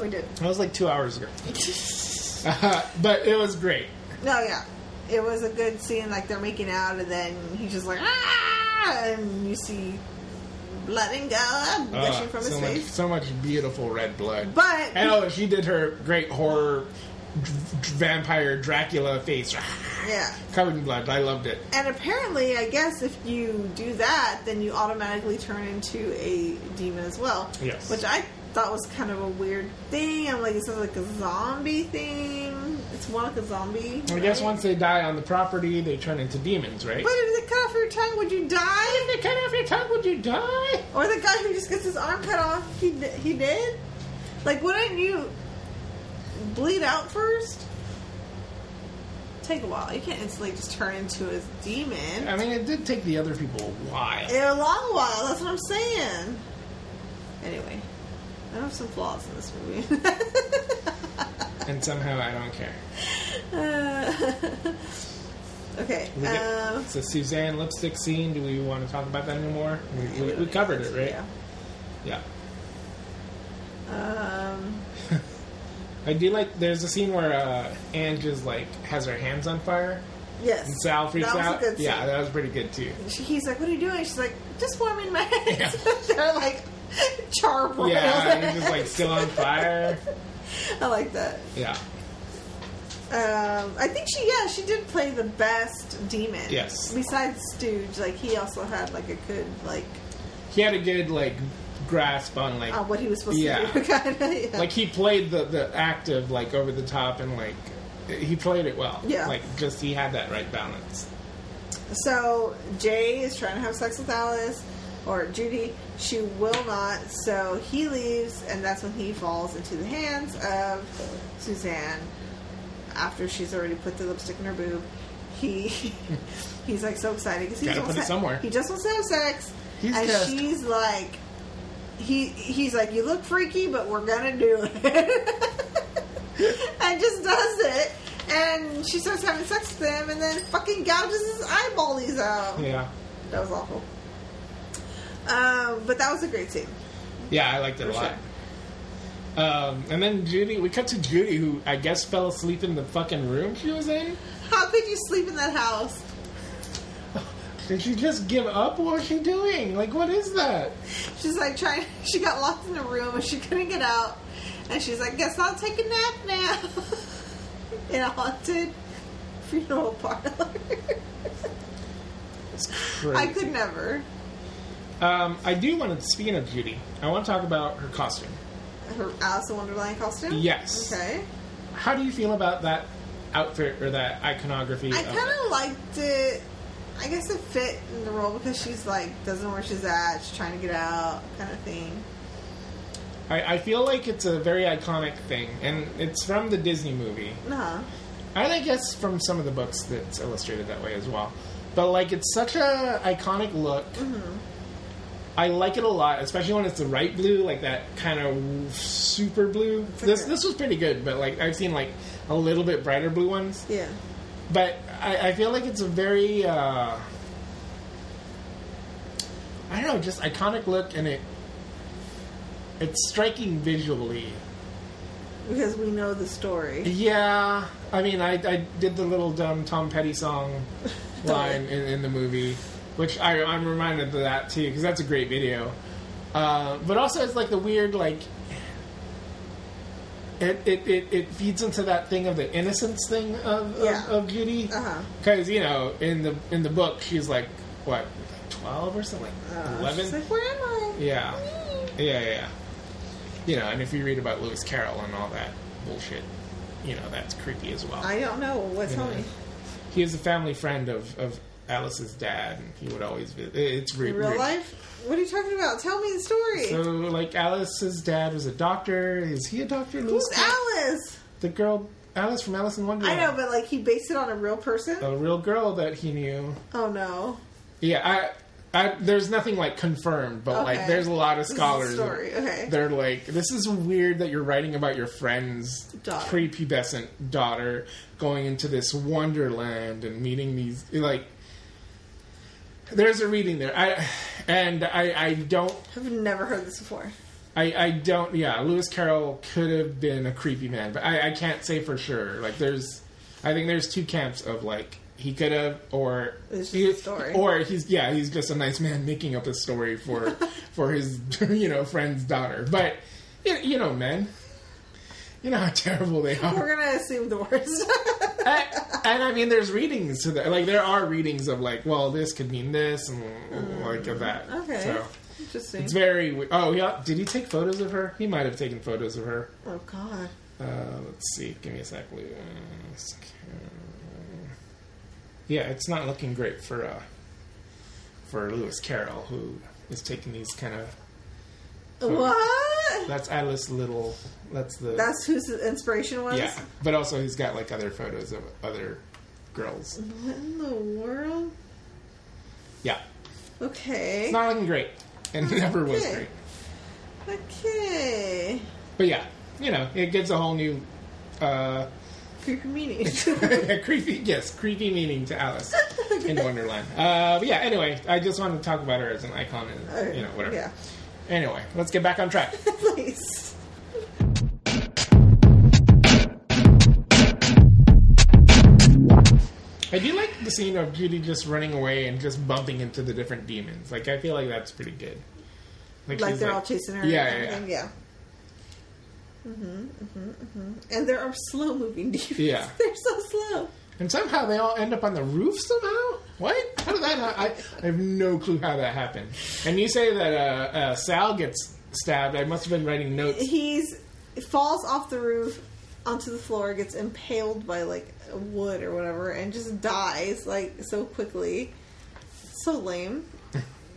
A: we Oh, did.
B: That was like two
A: *laughs*
B: hours ago. Uh, but it was great.
A: No, yeah. It was a good scene, like they're making out, and then he's just like, ah! And you see blood and gala gushing
B: Uh,
A: from his
B: so Much,
A: face.
B: so much beautiful red blood.
A: But-
B: and oh, she did her great horror dr- dr- vampire Dracula face *sighs*
A: Yeah.
B: covered in blood. I loved it.
A: And apparently, I guess if you do that, then you automatically turn into a demon as well.
B: Yes.
A: Which I thought was kind of a weird thing. I'm like, it sounds like a zombie thing. It's more like a zombie.
B: I guess
A: right?
B: once they die on the property, they turn into demons, right?
A: But if they cut off your tongue, would you die?
B: If they cut off your tongue, would you die?
A: Or the guy who just gets his arm cut off, he d- he did. Like, wouldn't you bleed out first? Take a while. You can't instantly just turn into a demon.
B: I mean, it did take the other people a while.
A: In a long while. That's what I'm saying. Anyway, I have some flaws in this movie. *laughs*
B: and somehow I don't care.
A: Uh, okay.
B: We get-
A: um,
B: it's a Suzanne lipstick scene. Do we want to talk about that anymore? We, we, we covered it, right? yeah.
A: Yeah. Um,
B: I do like. There's a scene where uh, Ange is like has her hands on fire,
A: yes.
B: and Sal freaks
A: that was
B: out.
A: A good
B: Yeah,
A: scene.
B: that was pretty good too.
A: *laughs* She, he's like, "What are you doing?" She's like, "Just warming my hands."
B: *laughs*
A: *laughs*
B: Yeah.
A: They're like charbroiled.
B: Yeah,
A: *laughs*
B: and it's just like still on fire.
A: I like that.
B: Yeah.
A: Um, I think she, yeah, she did play the best demon.
B: Yes.
A: Besides Stooge, like he also had like a good like
B: He had a good like grasp on like
A: on what he was supposed
B: Yeah.
A: to do. *laughs* kind of. Yeah.
B: like he played the the act of like over the top and like he played it well.
A: Yeah.
B: Like just he had that right balance.
A: so Jay is trying to have sex with Alice or Judy. She will not. So he leaves, and that's when he falls into the hands of Suzanne. After she's already put the lipstick in her boob, he *laughs* he's like so excited because he
B: Gotta
A: just
B: put
A: wants
B: it
A: to-
B: somewhere.
A: He just wants to have sex,
B: He's
A: and
B: just-
A: she's like. He, he's like, you look freaky, but we're gonna do it. *laughs* and just does it. And she starts having sex with him, and then fucking gouges his eyeballies out.
B: Yeah.
A: That was awful. Um, but that was a great scene.
B: Yeah, I liked it
A: For
B: a lot.
A: sure.
B: Um, and then Judy, we cut to Judy, who I guess fell asleep in the fucking room she was in.
A: How could you sleep in that house?
B: Did she just give up? What was she doing? Like, what is that?
A: She's like trying. *laughs* She got locked in the room and she couldn't get out. And she's like, guess I'll take a nap now *laughs* in a haunted funeral parlor. *laughs*
B: It's crazy.
A: I could never.
B: Um, I do want to. Speaking of Judy, I want to talk about her costume.
A: Her Alice in Wonderland costume.
B: Yes.
A: Okay.
B: How do you feel about that outfit or that iconography?
A: I
B: of
A: kind of liked it. I guess it fit in the role because she's like doesn't know where she's at. She's trying to get out, kind of thing.
B: it? I, I feel like it's a very iconic thing, and it's from the Disney movie.
A: No,
B: I think it's from some of the books that's illustrated that way as well. But like, it's such a iconic look.
A: Mm-hmm.
B: I like it a lot, especially when it's the right blue, like that kind of super blue.
A: For
B: this
A: sure.
B: this was pretty good, but like I've seen like a little bit brighter blue ones.
A: Yeah.
B: But I, I feel like it's a very uh, I don't know, just iconic look, and it it's striking visually.
A: Because we know the story.
B: Yeah, I mean, I, I did the little dumb Tom
A: *laughs*
B: Petty song line in, in the movie, which I, I'm reminded of that too because that's a great video. Uh, but also, it's like the weird like it it, it it feeds into that thing of the innocence thing of
A: Yeah.
B: of, of Judy
A: Uh-huh.
B: because you know in the in the book she's like what twelve or something
A: Uh,
B: like eleven
A: she's like, where am I?
B: yeah. Yeah, yeah, yeah. You know, and if you read about Lewis Carroll and all that bullshit, you know, that's creepy as well.
A: I don't know. What?
B: You
A: Tell
B: know,
A: me.
B: He was a family friend of, of Alice's dad, and he would always visit. It's re-
A: In real
B: weird.
A: life? What are you talking about? Tell me the story.
B: So, like, Alice's dad was a doctor. Is he a doctor? Lewis
A: Who's
B: Carroll?
A: Alice?
B: The girl, Alice from Alice in Wonderland.
A: I know, but like he based it on a real person.
B: A real girl that he knew.
A: Oh no.
B: Yeah, I, I there's nothing like confirmed, but like
A: Okay.
B: there's a lot of
A: This is a
B: scholars. *laughs*
A: story, okay.
B: They're like, this is weird that you're writing about your friend's
A: Daughter.
B: prepubescent daughter going into this wonderland and meeting these like. There's a reading there, I and I I don't
A: I've never heard this before.
B: I, I don't yeah Lewis Carroll could have been a creepy man but I, I can't say for sure like there's I think there's two camps of like he could have or
A: It's just
B: he-
A: a story.
B: or he's yeah he's just a nice man making up a
A: *laughs*
B: story for for his you know friend's daughter but you, you know men you know how terrible they are
A: We're gonna assume the worst. *laughs*
B: and, and I mean there's readings to that like there are readings of like well this could mean this and like of that
A: Mm, okay.
B: so
A: Interesting.
B: it's very we- oh yeah did he take photos of her he might have taken photos of her
A: oh god.
B: uh, let's see. Give me a sec. Lewis Carroll. Yeah, it's not looking great for uh, for Lewis Carroll, who is taking these kind of.
A: What?
B: That's Alice Little. That's the.
A: That's whose inspiration was.
B: yeah, but also he's got like other photos of other girls.
A: What in the world?
B: Yeah,
A: Okay.
B: it's not looking great, and *laughs* never was
A: Okay.
B: great.
A: okay.
B: But yeah, you know, it gives a whole new. Uh,
A: Creepy
B: *laughs*
A: meaning.
B: creepy, yes, creepy meaning to Alice in Wonderland. Uh, but yeah, anyway, I just wanted to talk about her as an icon and you know whatever.
A: Yeah. *laughs*
B: Anyway, let's get back on track.
A: Please.
B: I do like the scene of Judy just running away and just bumping into the different demons. Like I feel like that's pretty good.
A: Like
B: she's
A: they're all chasing her.
B: Yeah,
A: and
B: yeah,
A: everything, yeah. hmm hmm hmm And there are slow moving *laughs* demons.
B: Yeah.
A: They're so slow.
B: And somehow they all end up on the roof somehow? What? How did that ha- I, I have no clue how that happened. And you say that uh, uh, Sal gets stabbed. I must have been writing notes.
A: He's falls off the roof onto the floor, gets impaled by like a wood or whatever, and just dies like so quickly. So
B: *laughs*
A: lame.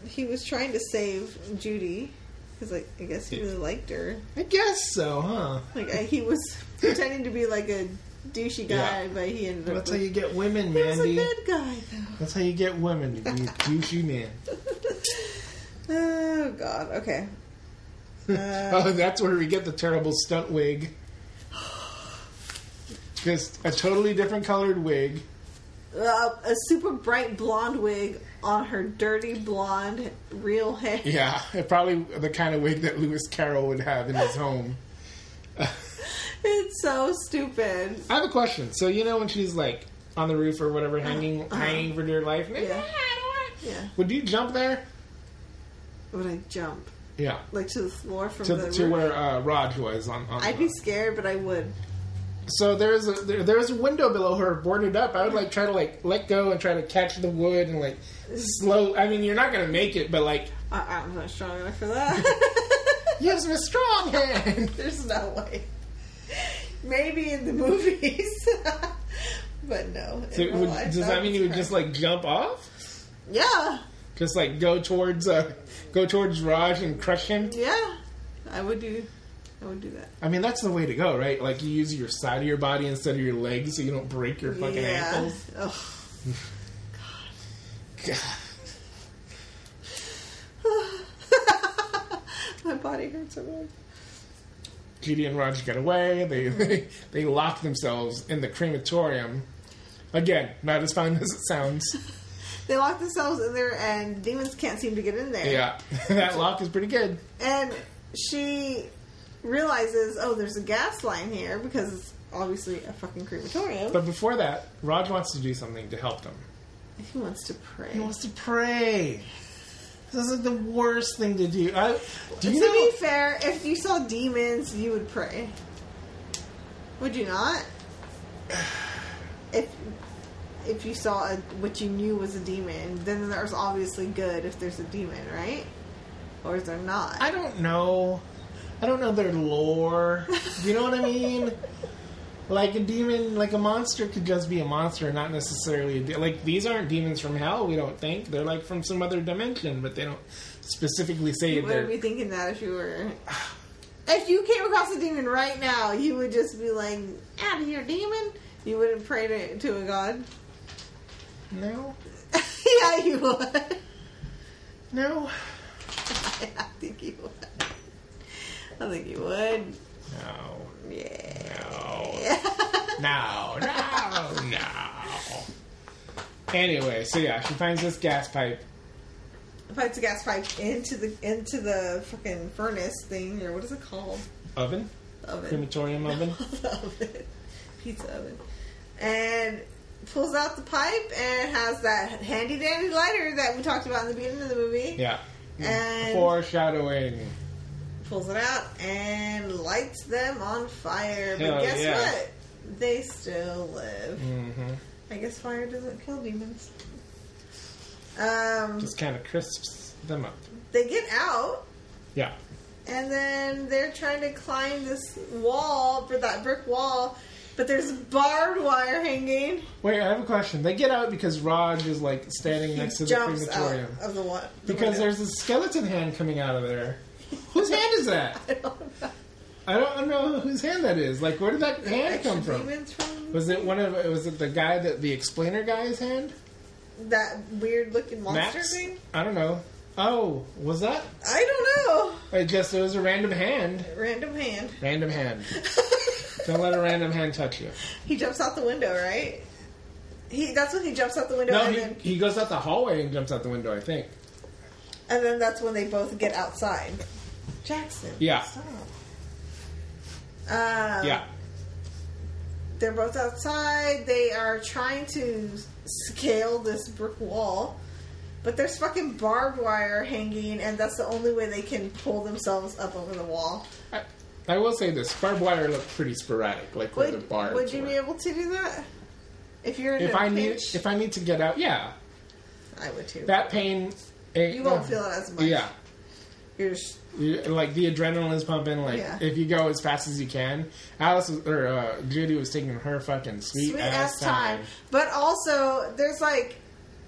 A: he was trying to save Judy because like I guess he really liked her.
B: I guess so, huh?
A: Like I, he was *laughs* pretending to be like a douchey guy,
B: Yeah.
A: but he ended up.
B: That's how
A: with-
B: you get women,
A: he was a
B: Mandy.
A: good guy though.
B: That's how you get women. You
A: *laughs*
B: douchey man.
A: Uh. Oh God.
B: *laughs*
A: Okay. Uh,
B: Oh, that's where we get the terrible stunt wig. Just a totally different colored wig.
A: uh, a super bright blonde wig on her dirty blonde real hair.
B: Yeah, probably the kind of wig that Lewis Carroll would have in his home.
A: It's so stupid.
B: I have a question. So you know when she's like on the roof or whatever, hanging, hanging for dear life.
A: Uh-huh. Yeah. Yeah.
B: Would you jump there?
A: Would I jump
B: Yeah.
A: like to the floor from
B: To,
A: the
B: to
A: roof?
B: where uh, Rod was on. on
A: I'd be scared, but I would.
B: So there's a there, there's a window below her boarded up. I would like try to like let go and try to catch the wood and like slow. I mean, you're not gonna make it, but like
A: I- I'm not strong enough for that. *laughs*
B: yes, a strong hand.
A: There's no way. Maybe in the *laughs* movies, but no. Oh, in
B: So
A: real
B: would-
A: life,
B: does that mean you would
A: was
B: just like jump off?
A: crap. Yeah,
B: Just like go towards uh, go towards Raj and crush him?
A: yeah. I would do. I would do that.
B: I mean, that's the way to go, right? Like you use your side of your body instead of your legs, so you don't break your fucking ankles.
A: *laughs* Ugh.
B: God.
A: My body hurts so bad.
B: Judy and Roger get away. They, *laughs* they they lock themselves in the crematorium. Again, not as fun as it sounds.
A: They lock themselves in there, and demons can't seem to get in there.
B: Yeah, *laughs* that lock is pretty good.
A: And she realizes, oh, there's a gas line here because it's obviously a fucking crematorium.
B: But before that, Roger wants to do something to help them.
A: he wants to pray.
B: He wants to pray. This is like the worst thing to do. I, do you
A: to
B: know?
A: be fair, if you saw demons, you would pray. Would you not? If if you saw a, what you knew was a demon, then there's obviously good if there's a demon, right? Or is there not?
B: I don't know. I don't know their lore. Do you know what I mean? Like a demon, like a monster could just be a monster, not necessarily a de- like these aren't demons from hell. We don't think they're like from some other dimension, but they don't specifically say
A: you wouldn't be
B: they're.
A: thinking that if you were. If you came across a demon right now, you would just be like, "Out of here, demon!" You wouldn't pray to, to a god. *laughs*
B: No,
A: yeah, you would. *laughs*
B: no,
A: I think you would. I think you would.
B: no,
A: Yeah. *laughs*
B: no, no, no, no. Anyway, so yeah, she finds this gas pipe.
A: Fights a gas pipe into the into the fucking furnace thing or what is it called?
B: Oven?
A: Oven. *laughs*
B: Crematorium oven?
A: The oven. Pizza oven. And pulls out the pipe and has that handy dandy lighter that we talked about in the beginning of the movie.
B: Yeah.
A: And-
B: Foreshadowing.
A: Pulls it out and lights them on fire. But
B: Hell
A: guess
B: yeah.
A: what? They still live.
B: Mm-hmm.
A: I guess fire doesn't kill demons. Um,
B: Just kind of crisps them up.
A: they get out,
B: Yeah.
A: and then they're trying to climb this wall for that brick wall, but there's barbed wire hanging.
B: Wait, I have a question. They get out because Raj is like standing next to the
A: Jumps out Oh,
B: crematorium.
A: of the one
B: Because there's a skeleton hand coming out of there. Whose hand is that?
A: *laughs* I don't know.
B: I don't know whose hand that is. Like, where did that hand
A: Extra
B: come from?
A: demons from
B: Was it one of? Was it the guy that the explainer guy's hand?
A: that weird looking monster
B: Max?
A: thing.
B: I don't know. Oh, was that?
A: I don't know.
B: I guess it was a random hand.
A: Random hand. *laughs*
B: Random hand. Don't let a random hand touch you.
A: he jumps out the window, right? He that's when he jumps out the window,
B: No,
A: and
B: he,
A: then
B: he goes out the hallway and jumps out the window. I think.
A: and then that's when they both get outside. Jackson.
B: Yeah.
A: Stop. Um,
B: Yeah.
A: They're both outside. They are trying to scale this brick wall, but there's fucking barbed wire hanging, and that's the only way they can pull themselves up over the wall.
B: I, I will say this: barbed wire looked pretty sporadic, like where the
A: Would,
B: barbs
A: would you
B: were.
A: be able to do that if you're in
B: if
A: a
B: I need,
A: pinch?
B: if I need to get out, yeah,
A: I would too.
B: that pain. It, uh,
A: you won't feel it as much.
B: Yeah,
A: You're just,
B: You- like the adrenaline is pumping. Like
A: Yeah.
B: if you go as fast as you can, Alice was, or uh, Judy was taking her fucking sweet,
A: sweet
B: ass,
A: ass
B: time.
A: time. But also, there's like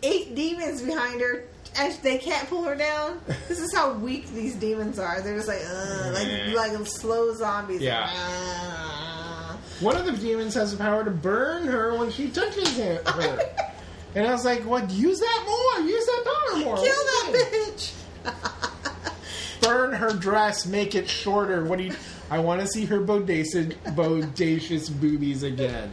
A: eight demons behind her, and they can't pull her
B: *laughs*
A: down. this is how weak these demons are. They're just like, Ugh,
B: Yeah.
A: like like slow zombies.
B: Yeah.
A: Ah.
B: One of the demons has the power to burn her when she touches
A: *laughs*
B: him, her. and I was like, "What? Use that more! Use that power more!
A: Kill that bitch!
B: burn her dress, make it shorter. What do you? I want to see her bodacious, bodacious boobies again.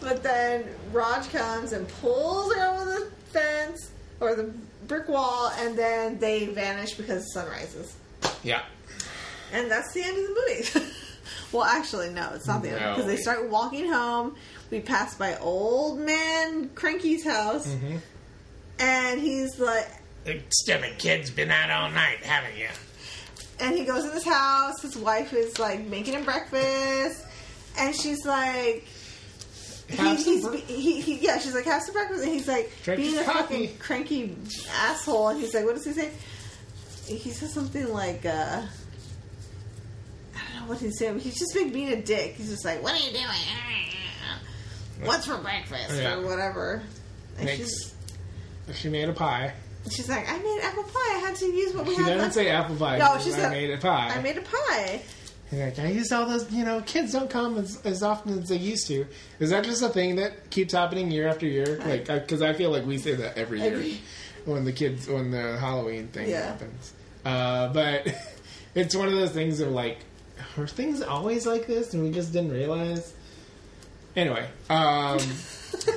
A: But then Raj comes and pulls her over the fence or the brick wall, and then they vanish because the sun rises.
B: Yeah.
A: And that's the end of the movie. *laughs* well, actually, no, it's not the end
B: No.
A: because they start walking home. We pass by old man Cranky's house, and he's like,
B: The stupid kid's been out all night, haven't you?
A: and he goes in his house. His wife is like making him breakfast, and she's like. He,
B: Have some
A: he's,
B: bre-
A: he, he, yeah, she's like, have some breakfast. And he's like,
B: Drink
A: being
B: your
A: a fucking
B: coffee.
A: cranky asshole. And he's like, what does he say? He says something like, uh, I don't know what he said. He's just been being a dick. He's just like, what are you doing? What's for breakfast?
B: Yeah.
A: Or whatever. And
B: Makes.
A: she's,
B: She made a pie.
A: she's like, I made apple pie. I had to use what we
B: She
A: had
B: didn't
A: left.
B: say apple pie.
A: No,
B: she
A: she
B: said,
A: said,
B: I made a pie.
A: I made a pie.
B: You're like, I used all those, you know, kids don't come as, as often as they used to. Is that just a thing that keeps happening year after year? Like, because I, feel like we say that every year
A: Every-
B: when the kids, when the Halloween thing
A: Yeah.
B: happens. Uh, but *laughs* it's one of those things of like, are things always like this and we just didn't realize? Anyway, um,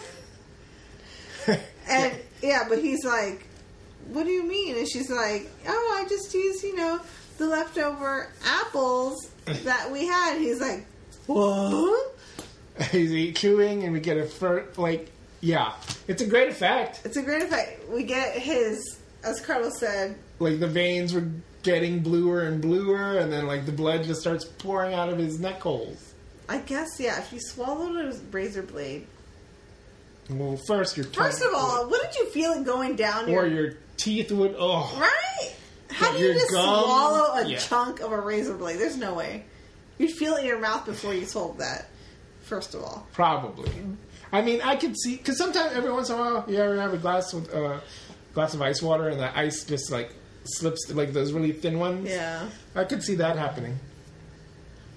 B: *laughs*
A: And yeah, but he's like, "What do you mean?" And she's like, "Oh, I just used you know the leftover
B: *laughs*
A: apples that we had." He's like, "What?"
B: he's eat- chewing and we get a fur, like, yeah, it's a great effect.
A: It's a great effect. We get his, as Carlos said,
B: like the veins were getting bluer and bluer, and then like the blood just starts pouring out of his neck holes.
A: I guess yeah. If you swallowed a razor blade,
B: Well, first your
A: first of all, wouldn't you feel it going down
B: or
A: your
B: your teeth would oh
A: *laughs* right? How do you
B: Your
A: just
B: gum?
A: swallow a
B: Yeah.
A: chunk of a razor blade? There's no way. You'd feel it in your mouth before you swallowed that. First of all,
B: probably. I mean, I could see because sometimes every once in a while you ever have a glass with uh, glass of ice water, and the ice just like slips like those really thin ones.
A: yeah.
B: I could see that happening,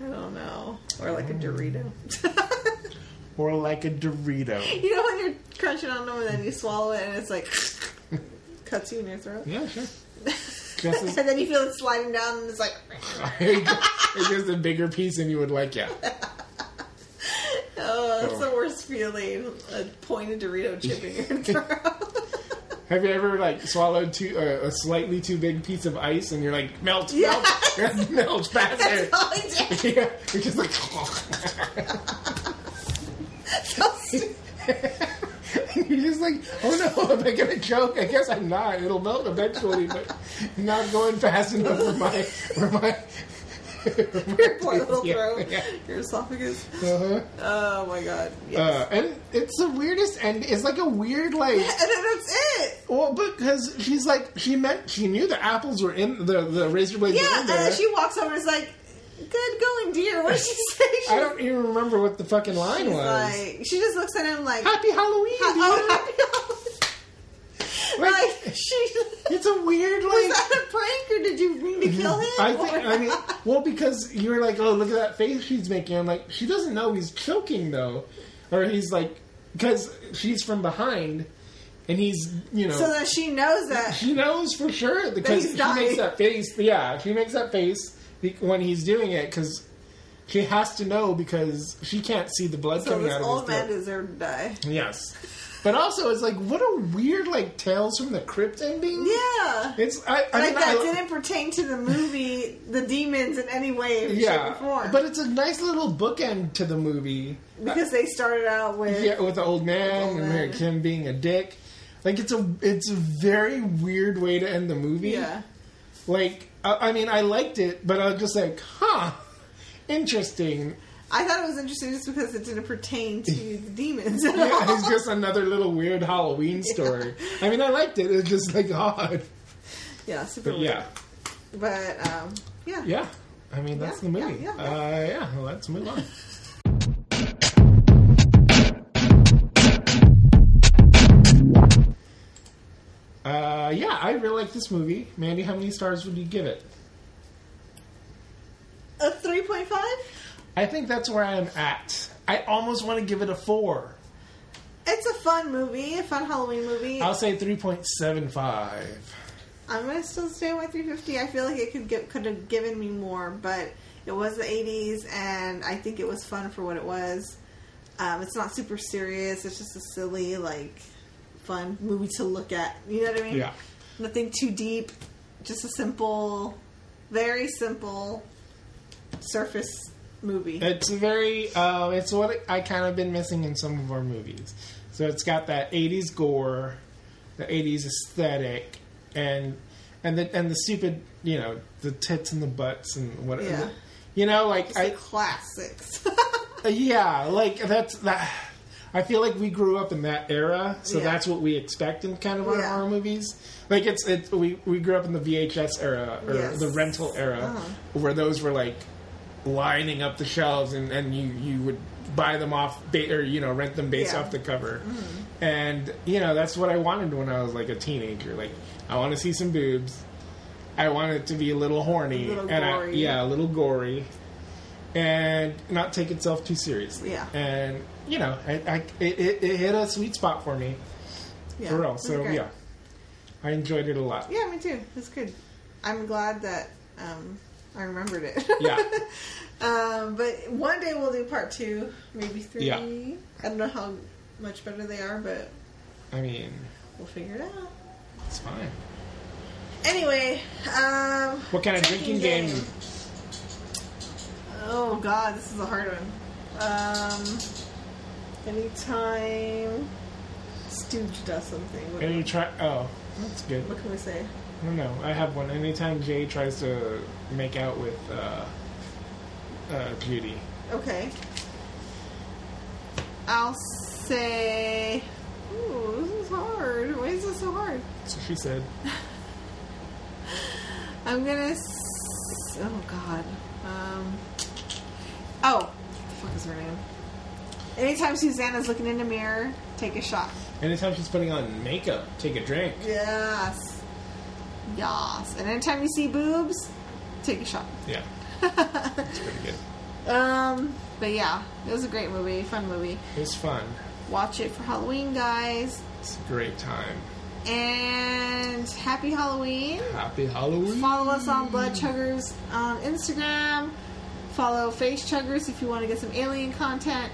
A: I don't know. Or like a Dorito.
B: or like a
A: *laughs*
B: Dorito.
A: you know when you're crunching on them and then you swallow it and it's like *laughs* cuts you in your throat?
B: Yeah, sure. *laughs* Just
A: *laughs*
B: as-
A: and then you feel it sliding down and it's like
B: it's just a bigger piece than you would like. Yeah.
A: oh, that's
B: Oh.
A: the worst feeling. A pointed Dorito chip in
B: *laughs*
A: your throat. *laughs*
B: Have you ever like swallowed too, uh, a slightly too big piece of ice and you're like melt,
A: Yes.
B: melt, *laughs* melt faster?
A: that's all I did.
B: *laughs* yeah, you're just like *laughs*
A: So stupid.
B: you're just like oh no, *laughs* am I gonna choke? I guess I'm not. It'll melt eventually, but *laughs* not going fast enough for my for my.
A: Your poor little
B: *laughs* Yeah,
A: throat.
B: yeah.
A: Your esophagus.
B: Uh-huh.
A: Oh my god. Yes.
B: Uh, and it's the weirdest, and it's like a weird like.
A: and then that's it.
B: Well, because she's like she meant she knew the apples were in the the razor blades.
A: Yeah,
B: were in
A: and
B: there.
A: then she walks over and is like, Good going, dear. What did she
B: *laughs*
A: say? She
B: I don't even remember what the fucking line
A: She's
B: was.
A: like, she just looks at him like,
B: Happy Halloween, dude.
A: oh, happy
B: *laughs*
A: holidays.
B: Like,
A: Like,
B: *laughs*
A: she,
B: it's a weird
A: *laughs* was
B: like.
A: that a prank or did you mean to kill him?
B: I think
A: Or-
B: I mean well because you were like oh look at that face she's making I'm like she doesn't know he's choking though or he's like because she's from behind and he's you know
A: *laughs* so that she
B: *laughs*
A: knows that.
B: she knows for sure because
A: he's
B: she
A: dying.
B: makes that face yeah she makes that face be- when he's doing it because she has to know because she can't see the blood
A: So
B: coming
A: this
B: out of
A: old
B: his throat.
A: man deserved to die.
B: Yes. But also, it's like, what a weird, like, Tales from the Crypt ending.
A: Yeah.
B: It's, I, I
A: like
B: mean,
A: that
B: I-
A: didn't pertain to the movie, the demons in any way, shape, or
B: Yeah.
A: form.
B: But uh, it's a nice little bookend to the movie.
A: because they started out with
B: Yeah, with the old man
A: Old
B: and
A: man.
B: him being a dick. Like, it's a, it's a very weird way to end the movie.
A: yeah,
B: Like, I, I mean, I liked it, but I was just like, huh,
A: *laughs*
B: interesting.
A: I thought it was interesting just because it didn't pertain
B: *laughs*
A: to the demons at all.
B: Yeah, it's just another little weird Halloween story. I mean, I liked it. It's just like *laughs* odd.
A: Yeah, super
B: But
A: weird.
B: yeah.
A: But um, yeah,
B: Yeah. I mean, that's
A: Yeah,
B: the
A: yeah,
B: movie.
A: yeah,
B: Uh, yeah, let's move on. Uh, yeah, I really like this movie. Mandy, how many stars would you give it?
A: a three point five.
B: I think that's where I'm at. I almost want to give it a four.
A: It's a fun movie, a fun Halloween movie.
B: I'll say 3.75.
A: I'm gonna still stay with 350. I feel like it could give, could have given me more, but it was the 80s, and I think it was fun for what it was. Um, it's not super serious. It's just a silly, like, fun movie to look at. You know what I mean?
B: Yeah.
A: Nothing too deep. Just a simple, very simple surface movie.
B: It's a very, uh, it's what I kind of been missing in some of our movies. So it's got that '80s gore, the '80s aesthetic, and and the and the stupid, you know, the tits and the butts and whatever.
A: Yeah.
B: You know, like
A: It's
B: I,
A: a classics. *laughs*
B: yeah, like that's that. I feel like we grew up in that era, so
A: Yeah.
B: that's what we expect in kind of our
A: Yeah.
B: horror movies. Like it's it's we we grew up in the VHS era or
A: Yes. Uh-huh.
B: the rental era, where those were like lining up the shelves, and and you you would buy them off ba- or you know rent them based
A: Yeah. Mm-hmm.
B: off the cover. And you know that's what I wanted when I was like a teenager. Like I want to see some boobs. I want it to be a little horny
A: little
B: and I,
A: gory.
B: yeah, a little gory. and not take itself too seriously.
A: Yeah.
B: And you know, I, I it, it, it hit a sweet spot for me
A: Yeah,
B: for
A: it
B: real.
A: was
B: So
A: great.
B: yeah, I enjoyed it
A: *laughs*
B: a lot.
A: Yeah, me too. It's good. I'm glad that um, I remembered it. *laughs*
B: Yeah.
A: um, but one day we'll do part two, maybe three.
B: Yeah.
A: I don't know how much better they are, but
B: I mean,
A: we'll figure it out.
B: it's fine.
A: Anyway, um,
B: What kind of drinking game?
A: Oh God, this is a hard one. Um, anytime Stooge does something, what,
B: Any try? Oh, that's good.
A: what can we say?
B: No, no, I have one. Anytime Jay tries to make out with uh, uh, Beauty,
A: Okay, I'll say. Ooh, this is hard. Why is this so hard?
B: so she said,
A: I'm gonna. S- oh God. Um. Oh, what is her name? Anytime Susanna's looking in the mirror, take a shot.
B: anytime she's putting on makeup, take a
A: *laughs*
B: drink.
A: Yes. Yes. And anytime you see boobs, take a shot.
B: Yeah, it's pretty good.
A: Um. But yeah, it was a great movie, fun movie.
B: It's fun.
A: Watch it for Halloween, guys.
B: It's a great time.
A: And happy Halloween.
B: Happy Halloween.
A: Follow us on Blood Chuggers on Instagram. Follow Face Chuggers if you want to get some alien content.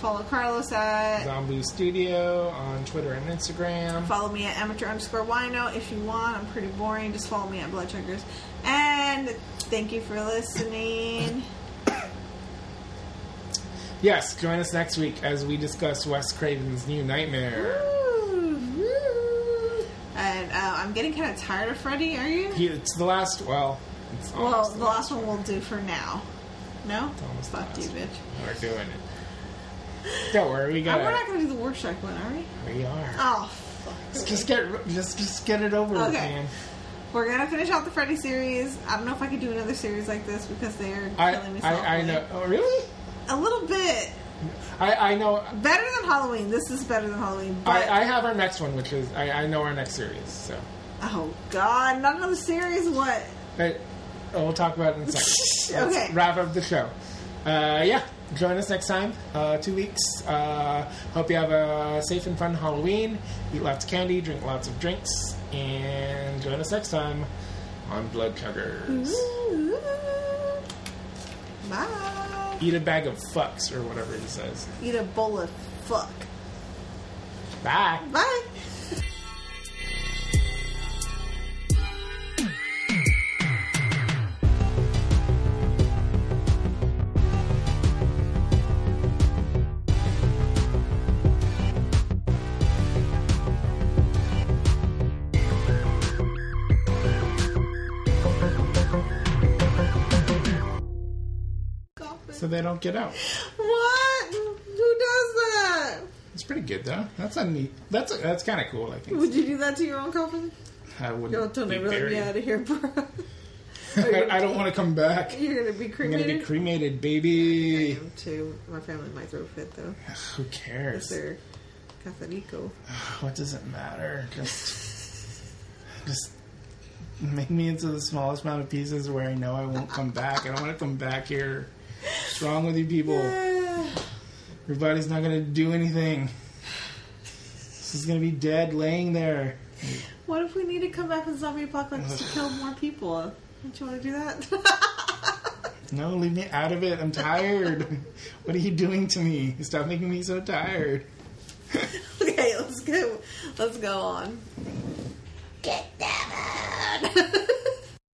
A: Follow Carlos at.
B: Zombie Studio on Twitter and Instagram.
A: Follow me at amateur underscore wino if you want. I'm pretty boring. Just follow me at Blood Chuggers. And thank you for listening.
B: Yes, join us next week as we discuss Wes Craven's new nightmare.
A: And uh, I'm getting kind of tired of Freddy. Are you?
B: He, it's the last. Well, it's
A: well,
B: almost
A: the last one we'll do for now. No?
B: almost the
A: Fuck you,
B: last
A: bitch.
B: We're doing it. Don't worry, we got.
A: Oh, we're not going to do the Warshak one, are we?
B: We are.
A: Oh, fuck.
B: Let's just get just just get it over with,
A: Okay.
B: man.
A: We're gonna finish out the Freddy series. I don't know if I could do another series like this because they're
B: I
A: killing me. softly.
B: I, I know. Oh, really?
A: a little bit
B: I I know.
A: better than Halloween. This is better than Halloween. But
B: I, I have our next one, which is I, I know our next series. So,
A: oh god, not another series. What?
B: but oh, we'll talk about it in a
A: *laughs*
B: second. Let's
A: Okay.
B: Wrap up the show. Uh, yeah. Join us next time. Uh, two weeks. Uh, hope you have a safe and fun Halloween. Eat lots of candy. Drink lots of drinks. And join us next time on Blood Chuggers.
A: Mm-hmm. Bye.
B: Eat a bag of fucks or whatever he says.
A: Eat a bowl of fuck.
B: Bye.
A: Bye.
B: So they don't get out.
A: What? Who does that?
B: It's pretty good though. That's a neat. That's a, that's kind of cool. I think
A: Would you do that to your own coffin?
B: I wouldn't.
A: Don't tell me
B: be
A: really
B: buried.
A: get out of here, bro.
B: *laughs* I, I don't want to come back.
A: *laughs* You're gonna be
B: I'm gonna
A: cremated.
B: be cremated,
A: I
B: baby.
A: am too. My family might throw a fit though.
B: Who cares?
A: They're Catholico.
B: What does it matter? Just, just make me into the smallest amount of pieces where I know I won't come back. I don't want to come back here. What's wrong with you people? Your body's not gonna do anything. This is gonna be dead, laying there.
A: *sighs* what if we need to come back with zombie apocalypse to kill more people? Don't you want to do *laughs* that?
B: No, leave me out of it. I'm tired. *laughs* what are you doing to me? Stop making me so tired.
A: okay, let's go. Let's go on. Get down.